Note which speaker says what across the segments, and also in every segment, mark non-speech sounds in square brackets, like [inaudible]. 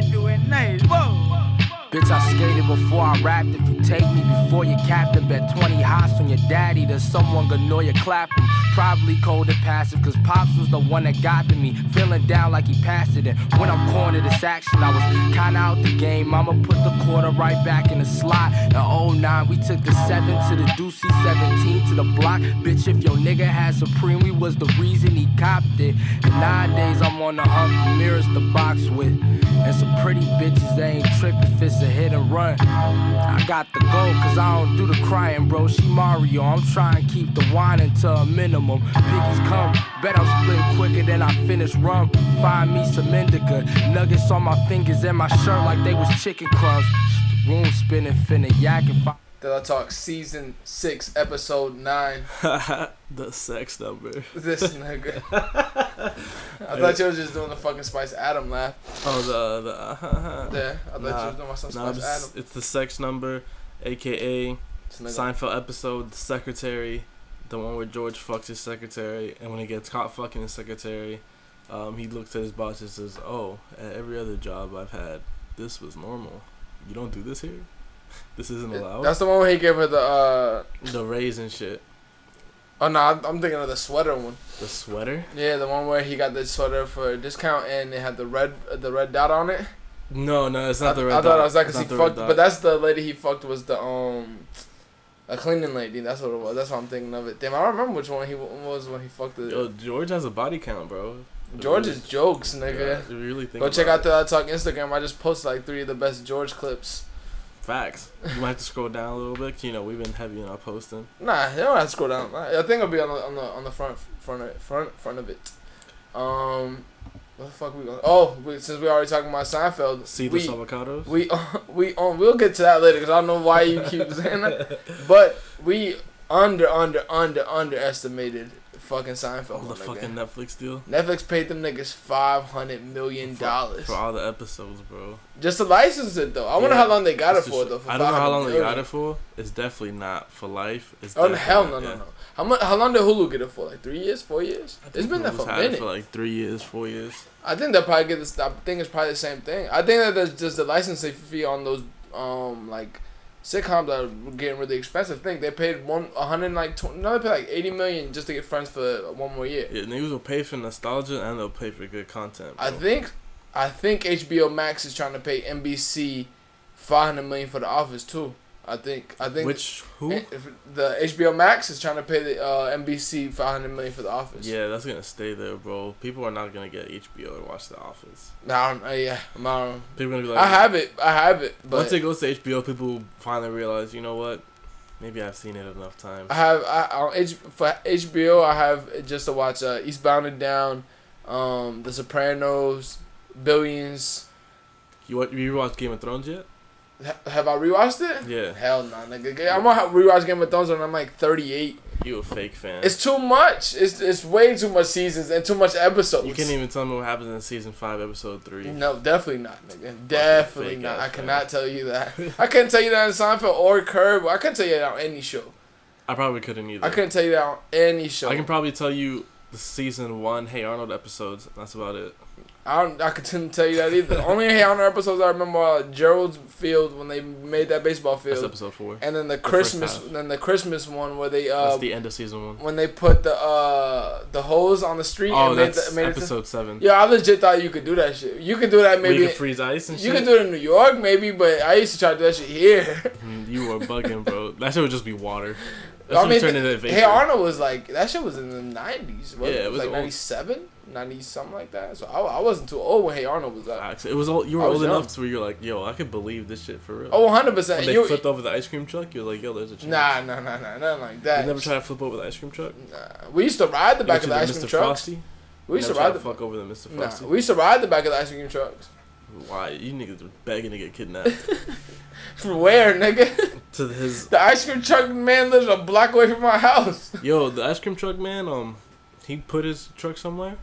Speaker 1: name. Whoa.
Speaker 2: Bitch, I skated before I rapped. If you take me before you captain, bet 20 hots on your daddy that someone gonna know you clap him. Probably cold and passive, cause Pops was the one that got to me. Feeling down like he passed it. And when I'm cornered, this action, I was kinda out the game. I'ma put the quarter right back in the slot. In 09, we took the 7 to the Deucey, 17 to the block. Bitch, if your nigga had Supreme, we was the reason he copped it. And nowadays, I'm on the hunt for mirrors to box with. And some pretty bitches, they ain't tripping if it's a hit and run. I got the goal, cause I don't do the crying, bro. She Mario, I'm trying to keep the whining to a minimum. Piggies come, bet I'm splitting quicker than I finish rum. Find me some indica, nuggets on my fingers and my shirt like they was chicken crumbs. The room spinning, finna yak and fi-
Speaker 3: They'll Talk season six, episode nine.
Speaker 4: the sex number.
Speaker 3: This
Speaker 4: [laughs]
Speaker 3: nigga. I thought you was just doing the fucking Spice Adam laugh.
Speaker 4: Oh, the the. Uh, [laughs]
Speaker 3: Yeah, I thought you
Speaker 4: Nah,
Speaker 3: was doing my son
Speaker 4: nah,
Speaker 3: Spice
Speaker 4: it's,
Speaker 3: Adam.
Speaker 4: it's the sex number, aka
Speaker 3: This nigga.
Speaker 4: Seinfeld episode, the secretary, the one where George fucks his secretary, and when he gets caught fucking his secretary, um, he looks at his boss and says, "Oh, at every other job I've had, this was normal. You don't do this here. [laughs] This isn't allowed."
Speaker 3: That's the one where he gave her the. uh
Speaker 4: the raise and shit,
Speaker 3: Oh no, I'm, I'm thinking of the sweater one.
Speaker 4: the sweater.
Speaker 3: Yeah, the one where he got the sweater for a discount and it had the red the red dot on it.
Speaker 4: No, no, it's not
Speaker 3: I,
Speaker 4: the red.
Speaker 3: I
Speaker 4: dot.
Speaker 3: thought I was that because
Speaker 4: It's
Speaker 3: he
Speaker 4: not the red
Speaker 3: fucked,
Speaker 4: dot.
Speaker 3: but that's the lady he fucked was the um, a cleaning lady. That's what it was. That's what I'm thinking of it. Damn, I don't remember which one he w- was when he fucked the
Speaker 4: Yo, George has a body count, bro.
Speaker 3: George's jokes, nigga.
Speaker 4: Yeah, you really think
Speaker 3: Go check
Speaker 4: about
Speaker 3: out
Speaker 4: it.
Speaker 3: the I Talk Instagram. I just posted like three of the best George clips.
Speaker 4: Facts. You might have to scroll down a little bit. 'cause, You know, we've been heavy in our posting.
Speaker 3: Nah, you don't have to scroll down. I I think it'll be on the on the on the front front of it, front front of it. Um, what the fuck we going? Oh, we, since we already talking about Seinfeld,
Speaker 4: Seedless
Speaker 3: we
Speaker 4: avocados.
Speaker 3: we [laughs] we on. We'll get to that later because I don't know why you
Speaker 4: [laughs]
Speaker 3: keep saying that, but we under under under underestimated fucking
Speaker 4: Oh,
Speaker 3: Seinfeld.
Speaker 4: the
Speaker 3: my nigga.
Speaker 4: fucking Netflix deal
Speaker 3: Netflix paid them niggas five hundred million dollars
Speaker 4: for all the episodes, bro.
Speaker 3: just to license it though. I wonder
Speaker 4: Yeah.
Speaker 3: how long they got
Speaker 4: It's
Speaker 3: it
Speaker 4: just-
Speaker 3: for though. For
Speaker 4: I don't know how long they got
Speaker 3: $500 million.
Speaker 4: it for. It's definitely not for life. It's
Speaker 3: Oh no,
Speaker 4: definitely
Speaker 3: hell
Speaker 4: not-
Speaker 3: no no
Speaker 4: yeah.
Speaker 3: no. How much? How long did Hulu get it for? Like three years, four years?
Speaker 4: I
Speaker 3: It's
Speaker 4: think
Speaker 3: been there
Speaker 4: Hulu's
Speaker 3: for a
Speaker 4: had it
Speaker 3: minute.
Speaker 4: for like three years, four years.
Speaker 3: I think they'll probably get this. I think it's probably the same thing. I think that there's just the licensing fee on those um like sitcoms that are getting really expensive. Think they paid one a hundred and like tw- no, they paid like eighty million just to get Friends for one more year.
Speaker 4: Yeah, niggas will pay for nostalgia and they'll pay for good content. Bro.
Speaker 3: I think, I think HBO Max is trying to pay NBC five hundred million for The Office too. I think. I think.
Speaker 4: Which who?
Speaker 3: If the HBO Max is trying to pay the uh, NBC five hundred million for The Office.
Speaker 4: Yeah, that's gonna stay there, bro. People are not gonna get HBO to watch The Office.
Speaker 3: Nah, I don't- uh, yeah, I'm, I don't-
Speaker 4: People are gonna be like,
Speaker 3: I have it. I have it.
Speaker 4: Once
Speaker 3: But
Speaker 4: it goes to HBO, people finally realize, you know what? Maybe I've seen it enough times.
Speaker 3: I have I, on H, for HBO. I have it just to watch uh, Eastbound and Down, um, The Sopranos, Billions.
Speaker 4: You wa- you watched Game of Thrones yet?
Speaker 3: Ha- have I rewatched it?
Speaker 4: Yeah,
Speaker 3: Hell no, nigga. I'm gonna have- rewatch Game of Thrones when I'm like 38.
Speaker 4: you a fake fan.
Speaker 3: It's too much. It's it's way too much seasons and too much episodes.
Speaker 4: you can't even tell me what happens in season five, episode three.
Speaker 3: No, definitely not, nigga. Definitely
Speaker 4: fake
Speaker 3: not.
Speaker 4: ass
Speaker 3: I cannot
Speaker 4: fan.
Speaker 3: tell you that. I couldn't tell you that in Seinfeld or Curb. I couldn't tell you that on any show.
Speaker 4: I probably couldn't either.
Speaker 3: I couldn't tell you that on any show.
Speaker 4: I can probably tell you the season one Hey Arnold episodes. and That's about it.
Speaker 3: I don't. I couldn't tell you that either. Only [laughs] Hey Honor episodes I remember are Gerald's Field when they made that baseball
Speaker 4: That's
Speaker 3: field,
Speaker 4: episode four.
Speaker 3: and then the,
Speaker 4: first
Speaker 3: Christmas,
Speaker 4: half.
Speaker 3: then the Christmas one where they uh
Speaker 4: that's the end of season one.
Speaker 3: when they put the uh the hose on the street
Speaker 4: Oh,
Speaker 3: and made,
Speaker 4: that's
Speaker 3: the, made it.
Speaker 4: episode seven.
Speaker 3: To, yeah, I legit thought you could do that shit. You could do that
Speaker 4: Maybe
Speaker 3: maybe.
Speaker 4: you can freeze ice and
Speaker 3: You
Speaker 4: shit.
Speaker 3: could do it in New York maybe, but I used to try to do that shit here. [laughs]
Speaker 4: Mm, you are bugging, bro. That shit would just be water. That
Speaker 3: I
Speaker 4: shit would
Speaker 3: mean,
Speaker 4: turn into a vapor.
Speaker 3: Hey Arnold was like that shit was in the nineties.
Speaker 4: Yeah, it was
Speaker 3: like
Speaker 4: old.
Speaker 3: 97, 90 something like that. So I, I wasn't too old when Hey Arnold was up.
Speaker 4: Facts. It was all you were
Speaker 3: I was
Speaker 4: old
Speaker 3: young.
Speaker 4: enough to where you're like, yo, I could believe this shit for real.
Speaker 3: Oh, 100 percent.
Speaker 4: When they
Speaker 3: You
Speaker 4: flipped over the ice cream truck, you're like, yo, there's a chance.
Speaker 3: Nah, nah, nah, nah, nothing like
Speaker 4: You
Speaker 3: that.
Speaker 4: never try to flip over the ice cream truck?
Speaker 3: Nah. We used to ride the back of the ice cream
Speaker 4: Mr.
Speaker 3: trucks.
Speaker 4: Frosty?
Speaker 3: We used to
Speaker 4: Never tried
Speaker 3: ride
Speaker 4: to
Speaker 3: the
Speaker 4: fuck over the Mr.
Speaker 3: nah,
Speaker 4: Frosty?
Speaker 3: we used to ride the back of the ice cream trucks. [laughs]
Speaker 4: Why? You niggas were begging to get kidnapped. [laughs]
Speaker 3: From where, nigga? [laughs]
Speaker 4: to his
Speaker 3: The ice cream truck man lives a block away from my house. [laughs]
Speaker 4: Yo, the ice cream truck man, um he put his truck somewhere?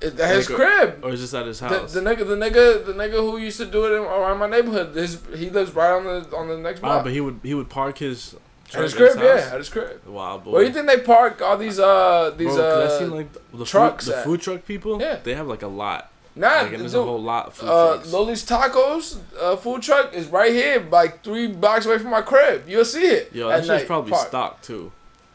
Speaker 3: At his
Speaker 4: Nigga,
Speaker 3: crib.
Speaker 4: Or is this at his
Speaker 3: The,
Speaker 4: house?
Speaker 3: the nigga, the nigga, the nigga who used to do it in, around my neighborhood. His, he lives right on the on the next
Speaker 4: wow,
Speaker 3: block.
Speaker 4: but he would he would park his
Speaker 3: at
Speaker 4: truck
Speaker 3: his crib,
Speaker 4: house.
Speaker 3: yeah, at his crib.
Speaker 4: Wow, boy.
Speaker 3: Where do you think they park all these uh these
Speaker 4: Bro, 'cause I
Speaker 3: uh?
Speaker 4: seen like the, the
Speaker 3: trucks
Speaker 4: food, the
Speaker 3: at?
Speaker 4: food truck people.
Speaker 3: Yeah.
Speaker 4: they have like a lot.
Speaker 3: Not
Speaker 4: Like, and there's a
Speaker 3: dude,
Speaker 4: whole lot of food
Speaker 3: uh,
Speaker 4: trucks.
Speaker 3: Loli's Tacos uh, food truck is right here, like three blocks away from my crib. You'll see it.
Speaker 4: Yo,
Speaker 3: at
Speaker 4: that shit's
Speaker 3: night,
Speaker 4: probably
Speaker 3: parked.
Speaker 4: stocked too.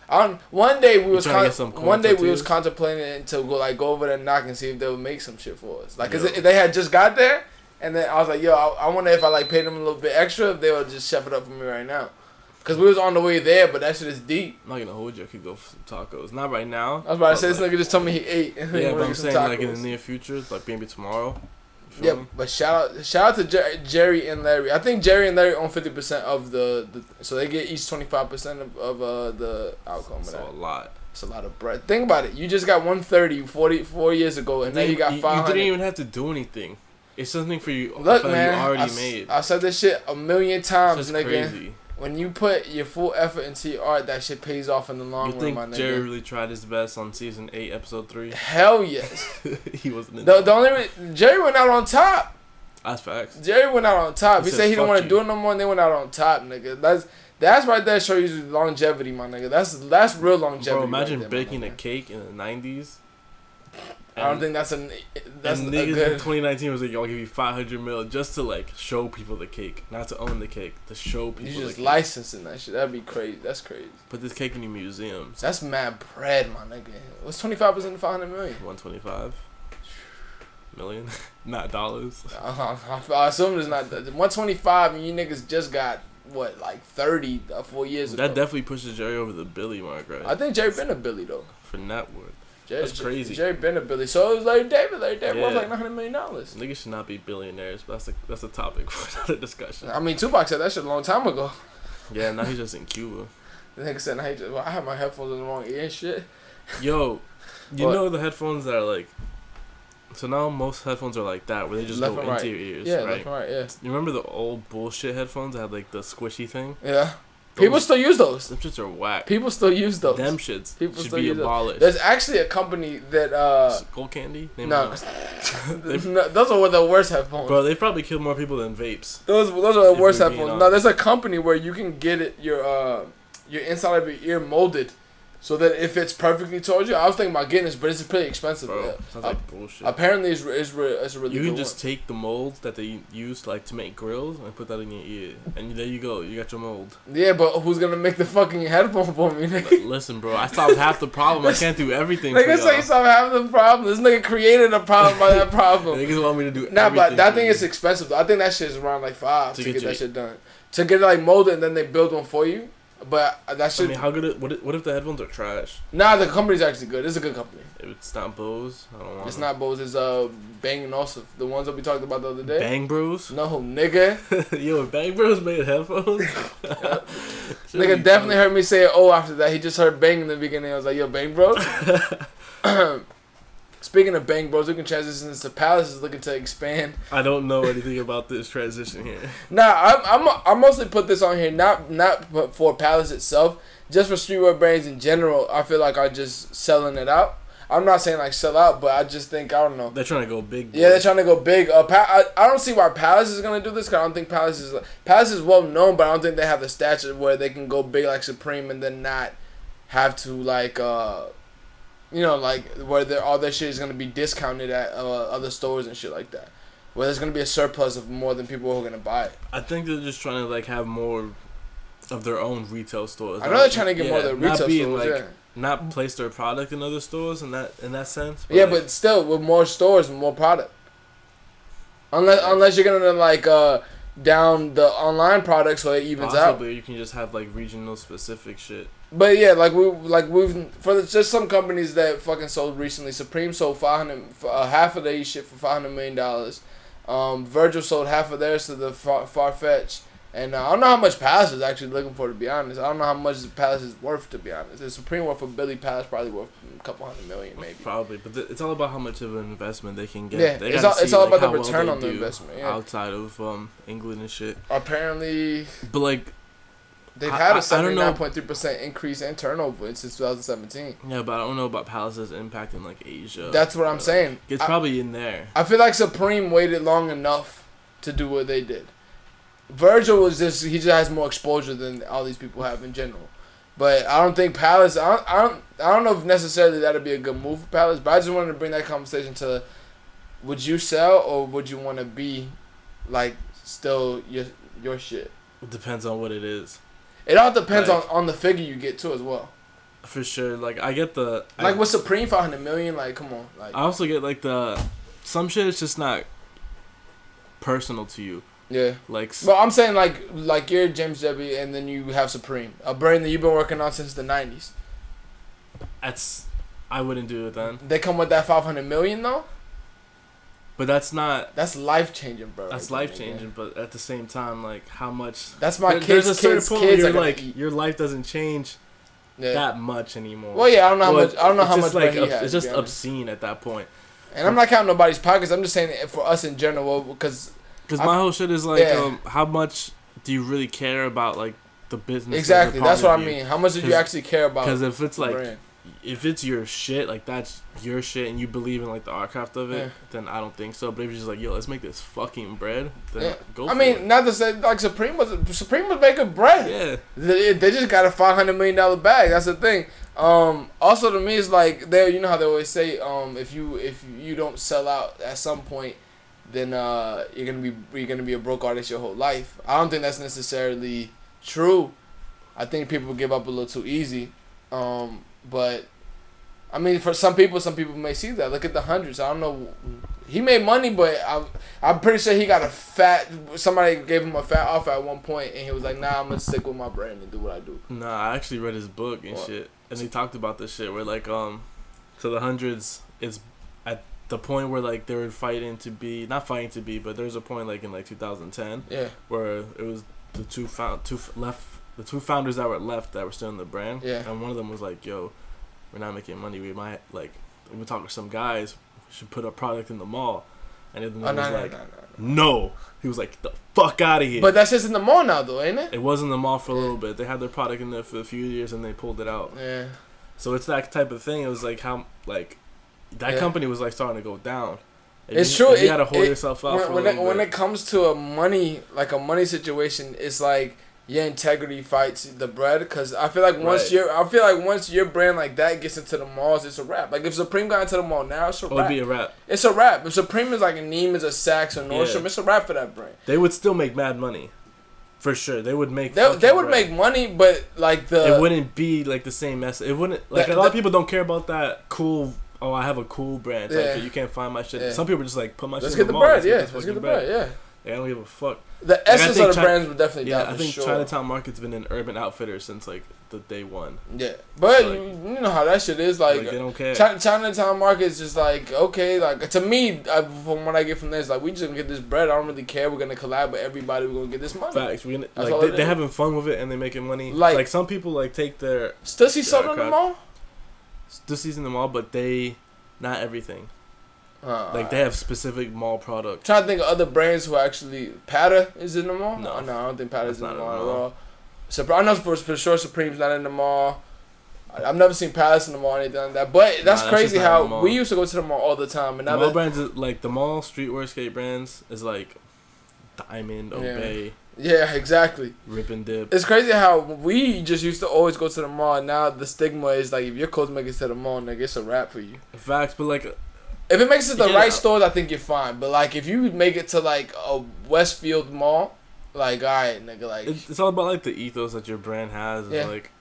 Speaker 3: On one day we was
Speaker 4: trying to
Speaker 3: con-
Speaker 4: get some corn
Speaker 3: one day we was
Speaker 4: tortillas?
Speaker 3: contemplating it to go like go over there and knock and see if they would make some shit for us. Like, cause
Speaker 4: Yo.
Speaker 3: it- they had just got there, and then I was like, yo, I, I wonder if I like paid them a little bit extra, if they would just chef it up for me right now. Cause we was on the way there, but that shit is deep.
Speaker 4: I'm not gonna hold you. I could go for some tacos. Not right
Speaker 3: I
Speaker 4: now.
Speaker 3: was about to
Speaker 4: Oh, but,
Speaker 3: say this
Speaker 4: like-
Speaker 3: nigga just told me he ate. [laughs] And he
Speaker 4: Yeah,
Speaker 3: wanna
Speaker 4: but
Speaker 3: get
Speaker 4: I'm
Speaker 3: some
Speaker 4: saying like in
Speaker 3: tacos.
Speaker 4: the near future, like maybe tomorrow. You feel
Speaker 3: Yeah,
Speaker 4: me?
Speaker 3: but shout out shout out to Jer- Jerry and Larry. I think Jerry and Larry own fifty percent of the, the so they get each twenty five percent of, of uh, the outcome. Of
Speaker 4: It's a
Speaker 3: that.
Speaker 4: lot.
Speaker 3: It's a lot of bread. Think about it. You just got 130 40, four years ago, and now you got five
Speaker 4: You didn't
Speaker 3: hundred.
Speaker 4: even have to do anything. It's something for you.
Speaker 3: Look,
Speaker 4: for
Speaker 3: man,
Speaker 4: you already
Speaker 3: I, s-
Speaker 4: made.
Speaker 3: I said this shit a million
Speaker 4: It's
Speaker 3: times,
Speaker 4: just
Speaker 3: nigga.
Speaker 4: crazy.
Speaker 3: When you put your full effort into your art, that shit pays off in the long
Speaker 4: You
Speaker 3: run, my
Speaker 4: think
Speaker 3: nigga.
Speaker 4: Jerry really tried his best on season eight,
Speaker 3: [laughs]
Speaker 4: episode three? [laughs]
Speaker 3: Hell yes.
Speaker 4: he wasn't. In
Speaker 3: the,
Speaker 4: it.
Speaker 3: the only re- Jerry went out on top.
Speaker 4: That's facts.
Speaker 3: Jerry went out on top. He
Speaker 4: He
Speaker 3: said he
Speaker 4: said,
Speaker 3: didn't want to
Speaker 4: "Fuck
Speaker 3: do
Speaker 4: you."
Speaker 3: it no more, and they went out on top, nigga. That's that's right there show you longevity, my nigga. That's that's real longevity.
Speaker 4: Bro,
Speaker 3: right
Speaker 4: imagine
Speaker 3: there, my
Speaker 4: baking a
Speaker 3: nigga.
Speaker 4: cake in the nineties.
Speaker 3: I don't think that's an that's a
Speaker 4: and niggas in
Speaker 3: good.
Speaker 4: 2019 was like, "Y'all give you 500 mil just to like show people the cake, not to own the cake, to show people."
Speaker 3: You
Speaker 4: the
Speaker 3: just
Speaker 4: cake.
Speaker 3: licensing that shit. That'd be crazy. That's crazy.
Speaker 4: Put this cake in your museums.
Speaker 3: That's mad bread, my nigga. What's twenty five percent of five hundred million? [laughs]
Speaker 4: 125 million, [laughs] not dollars.
Speaker 3: Uh, I, I assume it's not one twenty five, and you niggas just got what like thirty uh, four years
Speaker 4: That
Speaker 3: ago.
Speaker 4: definitely pushes Jerry over the Billy mark, right?
Speaker 3: I think Jerry been a Billy though.
Speaker 4: For net worth,
Speaker 3: Jerry,
Speaker 4: That's crazy.
Speaker 3: Jerry been a Billy. So it was Larry David. Larry David was
Speaker 4: Yeah.
Speaker 3: like nine hundred million dollars.
Speaker 4: niggas should not be billionaires. But that's a that's a topic [laughs] for another discussion.
Speaker 3: I mean, Tupac said that shit a long time ago.
Speaker 4: Yeah, now he's just in Cuba.
Speaker 3: The nigga said, I, just, well, I had my headphones in the wrong ear and shit.
Speaker 4: Yo, you
Speaker 3: What?
Speaker 4: know the headphones that are like. So now most headphones are like that, where they just
Speaker 3: Left
Speaker 4: go
Speaker 3: and
Speaker 4: into
Speaker 3: right.
Speaker 4: your ears,
Speaker 3: yeah,
Speaker 4: right?
Speaker 3: left and right, yeah.
Speaker 4: You remember the old bullshit headphones that had like the squishy thing?
Speaker 3: Yeah. People
Speaker 4: Those-
Speaker 3: still use those.
Speaker 4: Them shits are whack.
Speaker 3: People still use those.
Speaker 4: Them shits
Speaker 3: People
Speaker 4: should
Speaker 3: still
Speaker 4: be
Speaker 3: use them.
Speaker 4: abolished.
Speaker 3: There's actually a company that,
Speaker 4: [laughs]
Speaker 3: uh,
Speaker 4: Skull candy? Name
Speaker 3: no,
Speaker 4: it.
Speaker 3: no, those are the worst headphones.
Speaker 4: Bro, they probably killed more people than vapes.
Speaker 3: Those those are
Speaker 4: If
Speaker 3: the worst
Speaker 4: we're being
Speaker 3: headphones.
Speaker 4: honest.
Speaker 3: No, there's a company where you can get it your uh your inside of your ear molded, so that it fits perfectly towards you. I was thinking about getting this, but it's pretty expensive.
Speaker 4: Bro,
Speaker 3: yeah.
Speaker 4: sounds
Speaker 3: Uh,
Speaker 4: like bullshit.
Speaker 3: Apparently, it's re- it's, re- it's a really
Speaker 4: you
Speaker 3: good
Speaker 4: can
Speaker 3: one.
Speaker 4: just take the molds that they use like to make grills and put that in your ear, and there you go. You got your mold.
Speaker 3: [laughs] Yeah, but who's gonna make the fucking headphone for me? Nigga?
Speaker 4: But listen, bro, I solved half the problem. I can't do everything. for
Speaker 3: Nigga say
Speaker 4: y'all.
Speaker 3: something having the problem. This nigga created a problem by
Speaker 4: [laughs]
Speaker 3: that problem.
Speaker 4: Niggas want me to do.
Speaker 3: nah, but
Speaker 4: everything
Speaker 3: that
Speaker 4: for
Speaker 3: thing
Speaker 4: you.
Speaker 3: is expensive. though. I think that shit is around like five to,
Speaker 4: To
Speaker 3: get,
Speaker 4: get
Speaker 3: that
Speaker 4: your-
Speaker 3: shit done. To get it like molded and then they build one for you. But that
Speaker 4: I
Speaker 3: shit.
Speaker 4: mean, how good? It, what, if, what if the headphones are trash?
Speaker 3: nah, the company's actually good. It's a good company.
Speaker 4: If it's not Bose, I don't want.
Speaker 3: It's
Speaker 4: it.
Speaker 3: not Bose. It's uh Bang and Olufsen. The ones that we talked about the other day.
Speaker 4: Bang Bros.
Speaker 3: No, nigga.
Speaker 4: [laughs] Yo, if Bang Bros made headphones.
Speaker 3: [laughs] nigga definitely heard me say oh after that. He just heard Bang in the beginning. I was like, yo, Bang
Speaker 4: [laughs]
Speaker 3: Bros. [clears throat] Speaking of Bang Bros, we can transition this to Palace is looking to expand
Speaker 4: I don't know anything about this transition here.
Speaker 3: Nah, I'm, I'm I mostly put this on here not not but for Palace itself, just for streetwear brands in general. I feel like are just selling it out. I'm not saying like sell out, but I just think I don't know.
Speaker 4: They're trying to go big.
Speaker 3: Yeah, they're
Speaker 4: boy.
Speaker 3: trying to go big. Uh, pa- I, I don't see why Palace is gonna do this. 'cause I don't think Palace is Palace is well known, but I don't think they have the stature where they can go big like Supreme and then not have to like uh, you know, like where their all their shit is gonna be discounted at uh, other stores and shit like that. Where there's gonna be a surplus of more than people who are gonna buy it.
Speaker 4: I think they're just trying to like have more of their own retail stores.
Speaker 3: I know they're trying to get more of
Speaker 4: Yeah,
Speaker 3: the
Speaker 4: not
Speaker 3: retail
Speaker 4: being,
Speaker 3: stores.
Speaker 4: like,
Speaker 3: yeah.
Speaker 4: Not place their product in other stores in that in that sense.
Speaker 3: yeah,
Speaker 4: like,
Speaker 3: but still, with more stores, more product. Unless unless you're gonna like uh, down the online product so it evens out.
Speaker 4: possibly you can just have like regional specific shit.
Speaker 3: But yeah, like we like we've for the, just some companies that fucking sold recently. Supreme sold five hundred uh, half of their shit for five hundred million dollars. Um, Virgil sold half of theirs to the far Farfetch, and uh, I don't know how much Palace is actually looking for. To be honest, I don't know how much the Palace is worth. To be honest, the Supreme worth for Billy Palace probably worth a couple hundred million maybe.
Speaker 4: Probably, but th- it's all about how much of an investment they can get.
Speaker 3: Yeah,
Speaker 4: They
Speaker 3: it's
Speaker 4: gotta
Speaker 3: all, it's
Speaker 4: see,
Speaker 3: all about
Speaker 4: like, how
Speaker 3: the
Speaker 4: well
Speaker 3: return
Speaker 4: they
Speaker 3: on the
Speaker 4: do
Speaker 3: investment. Yeah.
Speaker 4: outside of um, England and shit.
Speaker 3: Apparently,
Speaker 4: But like,
Speaker 3: they've
Speaker 4: I-
Speaker 3: had a
Speaker 4: I- I don't know.
Speaker 3: 79.3% increase in turnover since 2017.
Speaker 4: yeah, but I don't know about Palace's impact in like Asia.
Speaker 3: That's what
Speaker 4: Uh,
Speaker 3: I'm saying.
Speaker 4: It's
Speaker 3: I,
Speaker 4: probably in there.
Speaker 3: I feel like Supreme waited long enough to do what they did. Virgil was just, he just has more exposure than all these people have in general. But I don't think Palace, I don't, I don't, I don't know if necessarily that'd be a good move for Palace, but I just wanted to bring that conversation to would you sell or would you want to be like still your your shit?
Speaker 4: It depends on what it is.
Speaker 3: It all depends
Speaker 4: Like-
Speaker 3: on on the figure you get too as well.
Speaker 4: For sure. Like I get the
Speaker 3: Like
Speaker 4: I,
Speaker 3: with Supreme five hundred million, like come on, like
Speaker 4: I also get like the some shit is just not personal to you.
Speaker 3: yeah.
Speaker 4: Like s-
Speaker 3: But I'm saying like like you're James Debbie and then you have Supreme, a brand that you've been working on since the '90s.
Speaker 4: that's I wouldn't do it then.
Speaker 3: They come with that 500 million though.
Speaker 4: But that's not
Speaker 3: That's life changing, bro.
Speaker 4: that's
Speaker 3: Like,
Speaker 4: life changing, but at the same time like how much
Speaker 3: That's my
Speaker 4: there-
Speaker 3: kids.
Speaker 4: there's a certain
Speaker 3: kids,
Speaker 4: point
Speaker 3: kids
Speaker 4: where
Speaker 3: are
Speaker 4: you're
Speaker 3: gonna
Speaker 4: like
Speaker 3: eat.
Speaker 4: your life doesn't change
Speaker 3: Yeah.
Speaker 4: that much anymore.
Speaker 3: Well, yeah, I don't know how
Speaker 4: Well,
Speaker 3: much. I don't know
Speaker 4: it's
Speaker 3: how
Speaker 4: just
Speaker 3: much money
Speaker 4: like
Speaker 3: he
Speaker 4: obs-
Speaker 3: has.
Speaker 4: It's
Speaker 3: to
Speaker 4: just
Speaker 3: be honest.
Speaker 4: obscene at that point.
Speaker 3: And I'm not counting nobody's pockets. I'm just saying it for us in general because
Speaker 4: Because
Speaker 3: I-
Speaker 4: my whole shit is like,
Speaker 3: Yeah.
Speaker 4: um, how much do you really care about like the business?
Speaker 3: exactly that's what I mean. How much did you
Speaker 4: 'Cause-
Speaker 3: actually care about?
Speaker 4: Because if it's
Speaker 3: the
Speaker 4: like,
Speaker 3: brand?
Speaker 4: if it's your shit, like that's your shit, and you believe in like the art craft of it,
Speaker 3: Yeah.
Speaker 4: then I don't think so. But if you're just like, yo, let's make this fucking bread, then
Speaker 3: Yeah.
Speaker 4: go.
Speaker 3: I
Speaker 4: for
Speaker 3: mean,
Speaker 4: it.
Speaker 3: not to say like Supreme was Supreme was making bread.
Speaker 4: yeah,
Speaker 3: They, they just got a five hundred million dollar bag. That's the thing. Um, also, to me, it's like they. You know how they always say, um, if you if you don't sell out at some point, then uh, you're gonna be you're gonna be a broke artist your whole life. I don't think that's necessarily true. I think people give up a little too easy. Um, but I mean, for some people, some people may see that. Look at the hundreds. I don't know. He made money, but I'm I'm pretty sure he got a fat. Somebody gave him a fat offer at one point, and he was like, "Nah, I'm gonna stick with my brand and do what I do."
Speaker 4: nah. I actually read his book and
Speaker 3: What?
Speaker 4: shit, and he talked about this shit where like, um, to the hundreds is at the point where like they were fighting to be not fighting to be, but there's a point like in like 2010
Speaker 3: Yeah,
Speaker 4: where it was the two found two f- left the two founders that were left that were still in the brand.
Speaker 3: Yeah.
Speaker 4: And one of them was like, "Yo, we're not making money. We might like we talk to some guys. We should put a product in the mall." And then
Speaker 3: oh,
Speaker 4: was
Speaker 3: no, no,
Speaker 4: like,
Speaker 3: no, no,
Speaker 4: "No." He was like, "The fuck out of
Speaker 3: no.
Speaker 4: here."
Speaker 3: But that's just in the mall now, though, ain't it?
Speaker 4: it was in the mall for a
Speaker 3: Yeah.
Speaker 4: little bit. They had their product in there for a few years, and they pulled it out.
Speaker 3: Yeah,
Speaker 4: So it's that type of thing. It was like how like that
Speaker 3: Yeah.
Speaker 4: company was like starting to go down. If
Speaker 3: It's
Speaker 4: you-
Speaker 3: true.
Speaker 4: if You
Speaker 3: It-
Speaker 4: got to hold
Speaker 3: it-
Speaker 4: yourself up. for
Speaker 3: when,
Speaker 4: a
Speaker 3: when, it,
Speaker 4: little
Speaker 3: when
Speaker 4: bit.
Speaker 3: it comes to a money like a money situation it's like your integrity fights the bread because i feel like once
Speaker 4: Right.
Speaker 3: your i feel like once your brand like that gets into the malls it's a wrap like if supreme got into the mall now it's a
Speaker 4: it would
Speaker 3: wrap
Speaker 4: be a wrap.
Speaker 3: it's a wrap if supreme is like a neiman's a saks or nordstrom
Speaker 4: Yeah.
Speaker 3: it's a wrap for that brand
Speaker 4: They would still make mad money, for sure. They would make.
Speaker 3: they,
Speaker 4: fucking
Speaker 3: they would uh,
Speaker 4: bread.
Speaker 3: make money but like the
Speaker 4: it wouldn't be like the same mess. It wouldn't like
Speaker 3: The-
Speaker 4: a lot of
Speaker 3: the-
Speaker 4: people don't care about that cool. Oh, I have a cool brand. Type
Speaker 3: Yeah.
Speaker 4: shit. You can't find my shit.
Speaker 3: Yeah.
Speaker 4: Some people just like put my
Speaker 3: let's
Speaker 4: shit
Speaker 3: get
Speaker 4: in
Speaker 3: the
Speaker 4: the mall.
Speaker 3: bread yeah
Speaker 4: this
Speaker 3: let's get the
Speaker 4: fucking
Speaker 3: bread yeah
Speaker 4: Like, I don't give a fuck.
Speaker 3: the
Speaker 4: I
Speaker 3: essence
Speaker 4: think
Speaker 3: of the
Speaker 4: Chi-
Speaker 3: brands would definitely
Speaker 4: Yeah,
Speaker 3: die
Speaker 4: I
Speaker 3: for
Speaker 4: think
Speaker 3: sure.
Speaker 4: Chinatown Market's been an Urban Outfitter since like the day one.
Speaker 3: yeah but
Speaker 4: Like-
Speaker 3: you, you know how that shit is
Speaker 4: Like,
Speaker 3: like
Speaker 4: they don't care.
Speaker 3: China, Chinatown market is just like okay, like to me, I, from what I get from this, like we just gonna get this bread. I don't really care. We're gonna collab with everybody. We're gonna get this money.
Speaker 4: Facts. We gonna,
Speaker 3: That's
Speaker 4: like
Speaker 3: all
Speaker 4: they,
Speaker 3: it
Speaker 4: they
Speaker 3: is.
Speaker 4: having fun with it and they making money.
Speaker 3: Like-
Speaker 4: Like, some people like take their
Speaker 3: Still see something
Speaker 4: Yeah,
Speaker 3: on the
Speaker 4: crowd.
Speaker 3: mall?
Speaker 4: this season the mall, but they not everything.
Speaker 3: Uh,
Speaker 4: Like they have specific mall products.
Speaker 3: trying to think of other brands who actually Pata is in the mall.
Speaker 4: No.
Speaker 3: No, Oh, no, I don't think Pata's in the
Speaker 4: That's not in
Speaker 3: mall
Speaker 4: the
Speaker 3: at
Speaker 4: mall.
Speaker 3: all. Supre- I know for, for sure Supreme's not in the mall. I- I've never seen Palace in the mall or anything like that. But that's
Speaker 4: that's
Speaker 3: crazy
Speaker 4: just not in
Speaker 3: how
Speaker 4: the mall.
Speaker 3: we used to go to the mall all the time, and
Speaker 4: The
Speaker 3: now
Speaker 4: mall
Speaker 3: that,
Speaker 4: brands is, like the mall streetwear skate brands is like Diamond,
Speaker 3: Yeah.
Speaker 4: Obey,
Speaker 3: yeah, exactly.
Speaker 4: Rip and Dip.
Speaker 3: It's crazy how we just used to always go to the mall. and Now the stigma is like if your clothes make it to the mall, nigga, it's a wrap for you.
Speaker 4: Facts, but like
Speaker 3: If it makes it to the
Speaker 4: Yeah.
Speaker 3: right stores, I think you're fine. But like if you make it to like a Westfield mall, like all right, nigga, like
Speaker 4: it's, it's all about like the ethos that your brand has. And,
Speaker 3: Yeah.
Speaker 4: Like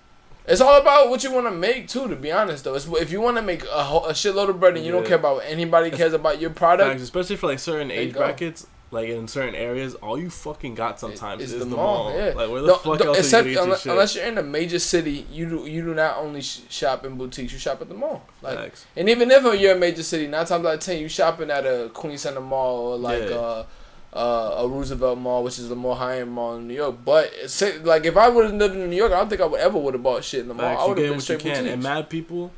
Speaker 3: it's all about what you want to make too. To be honest though, it's, if you want to make a, whole, a shitload of bread and you don't
Speaker 4: Yeah.
Speaker 3: care about what anybody cares about your product,
Speaker 4: facts, especially for like certain
Speaker 3: There you
Speaker 4: age
Speaker 3: go.
Speaker 4: brackets, like in certain areas, all you fucking got sometimes
Speaker 3: is
Speaker 4: is,
Speaker 3: the
Speaker 4: the,
Speaker 3: mall,
Speaker 4: mall.
Speaker 3: yeah.
Speaker 4: Like where the
Speaker 3: no,
Speaker 4: fuck
Speaker 3: no,
Speaker 4: else
Speaker 3: except
Speaker 4: are you gonna
Speaker 3: unless,
Speaker 4: get your
Speaker 3: unless
Speaker 4: shit?
Speaker 3: you're in a major city, you do you do not only sh- shop in boutiques, you shop at the mall. Like
Speaker 4: Facts.
Speaker 3: And even if you're in a major city, nine times out of ten, you shopping at a Queen Center Mall or like
Speaker 4: Yeah.
Speaker 3: uh, uh, a Roosevelt Mall, which is the more high end mall in New York. But it's, like if I would have lived in New York, I don't think I would ever would have bought shit in the mall.
Speaker 4: Facts,
Speaker 3: I
Speaker 4: you
Speaker 3: would have
Speaker 4: get
Speaker 3: been
Speaker 4: what you
Speaker 3: straight
Speaker 4: can,
Speaker 3: boutiques.
Speaker 4: and mad people,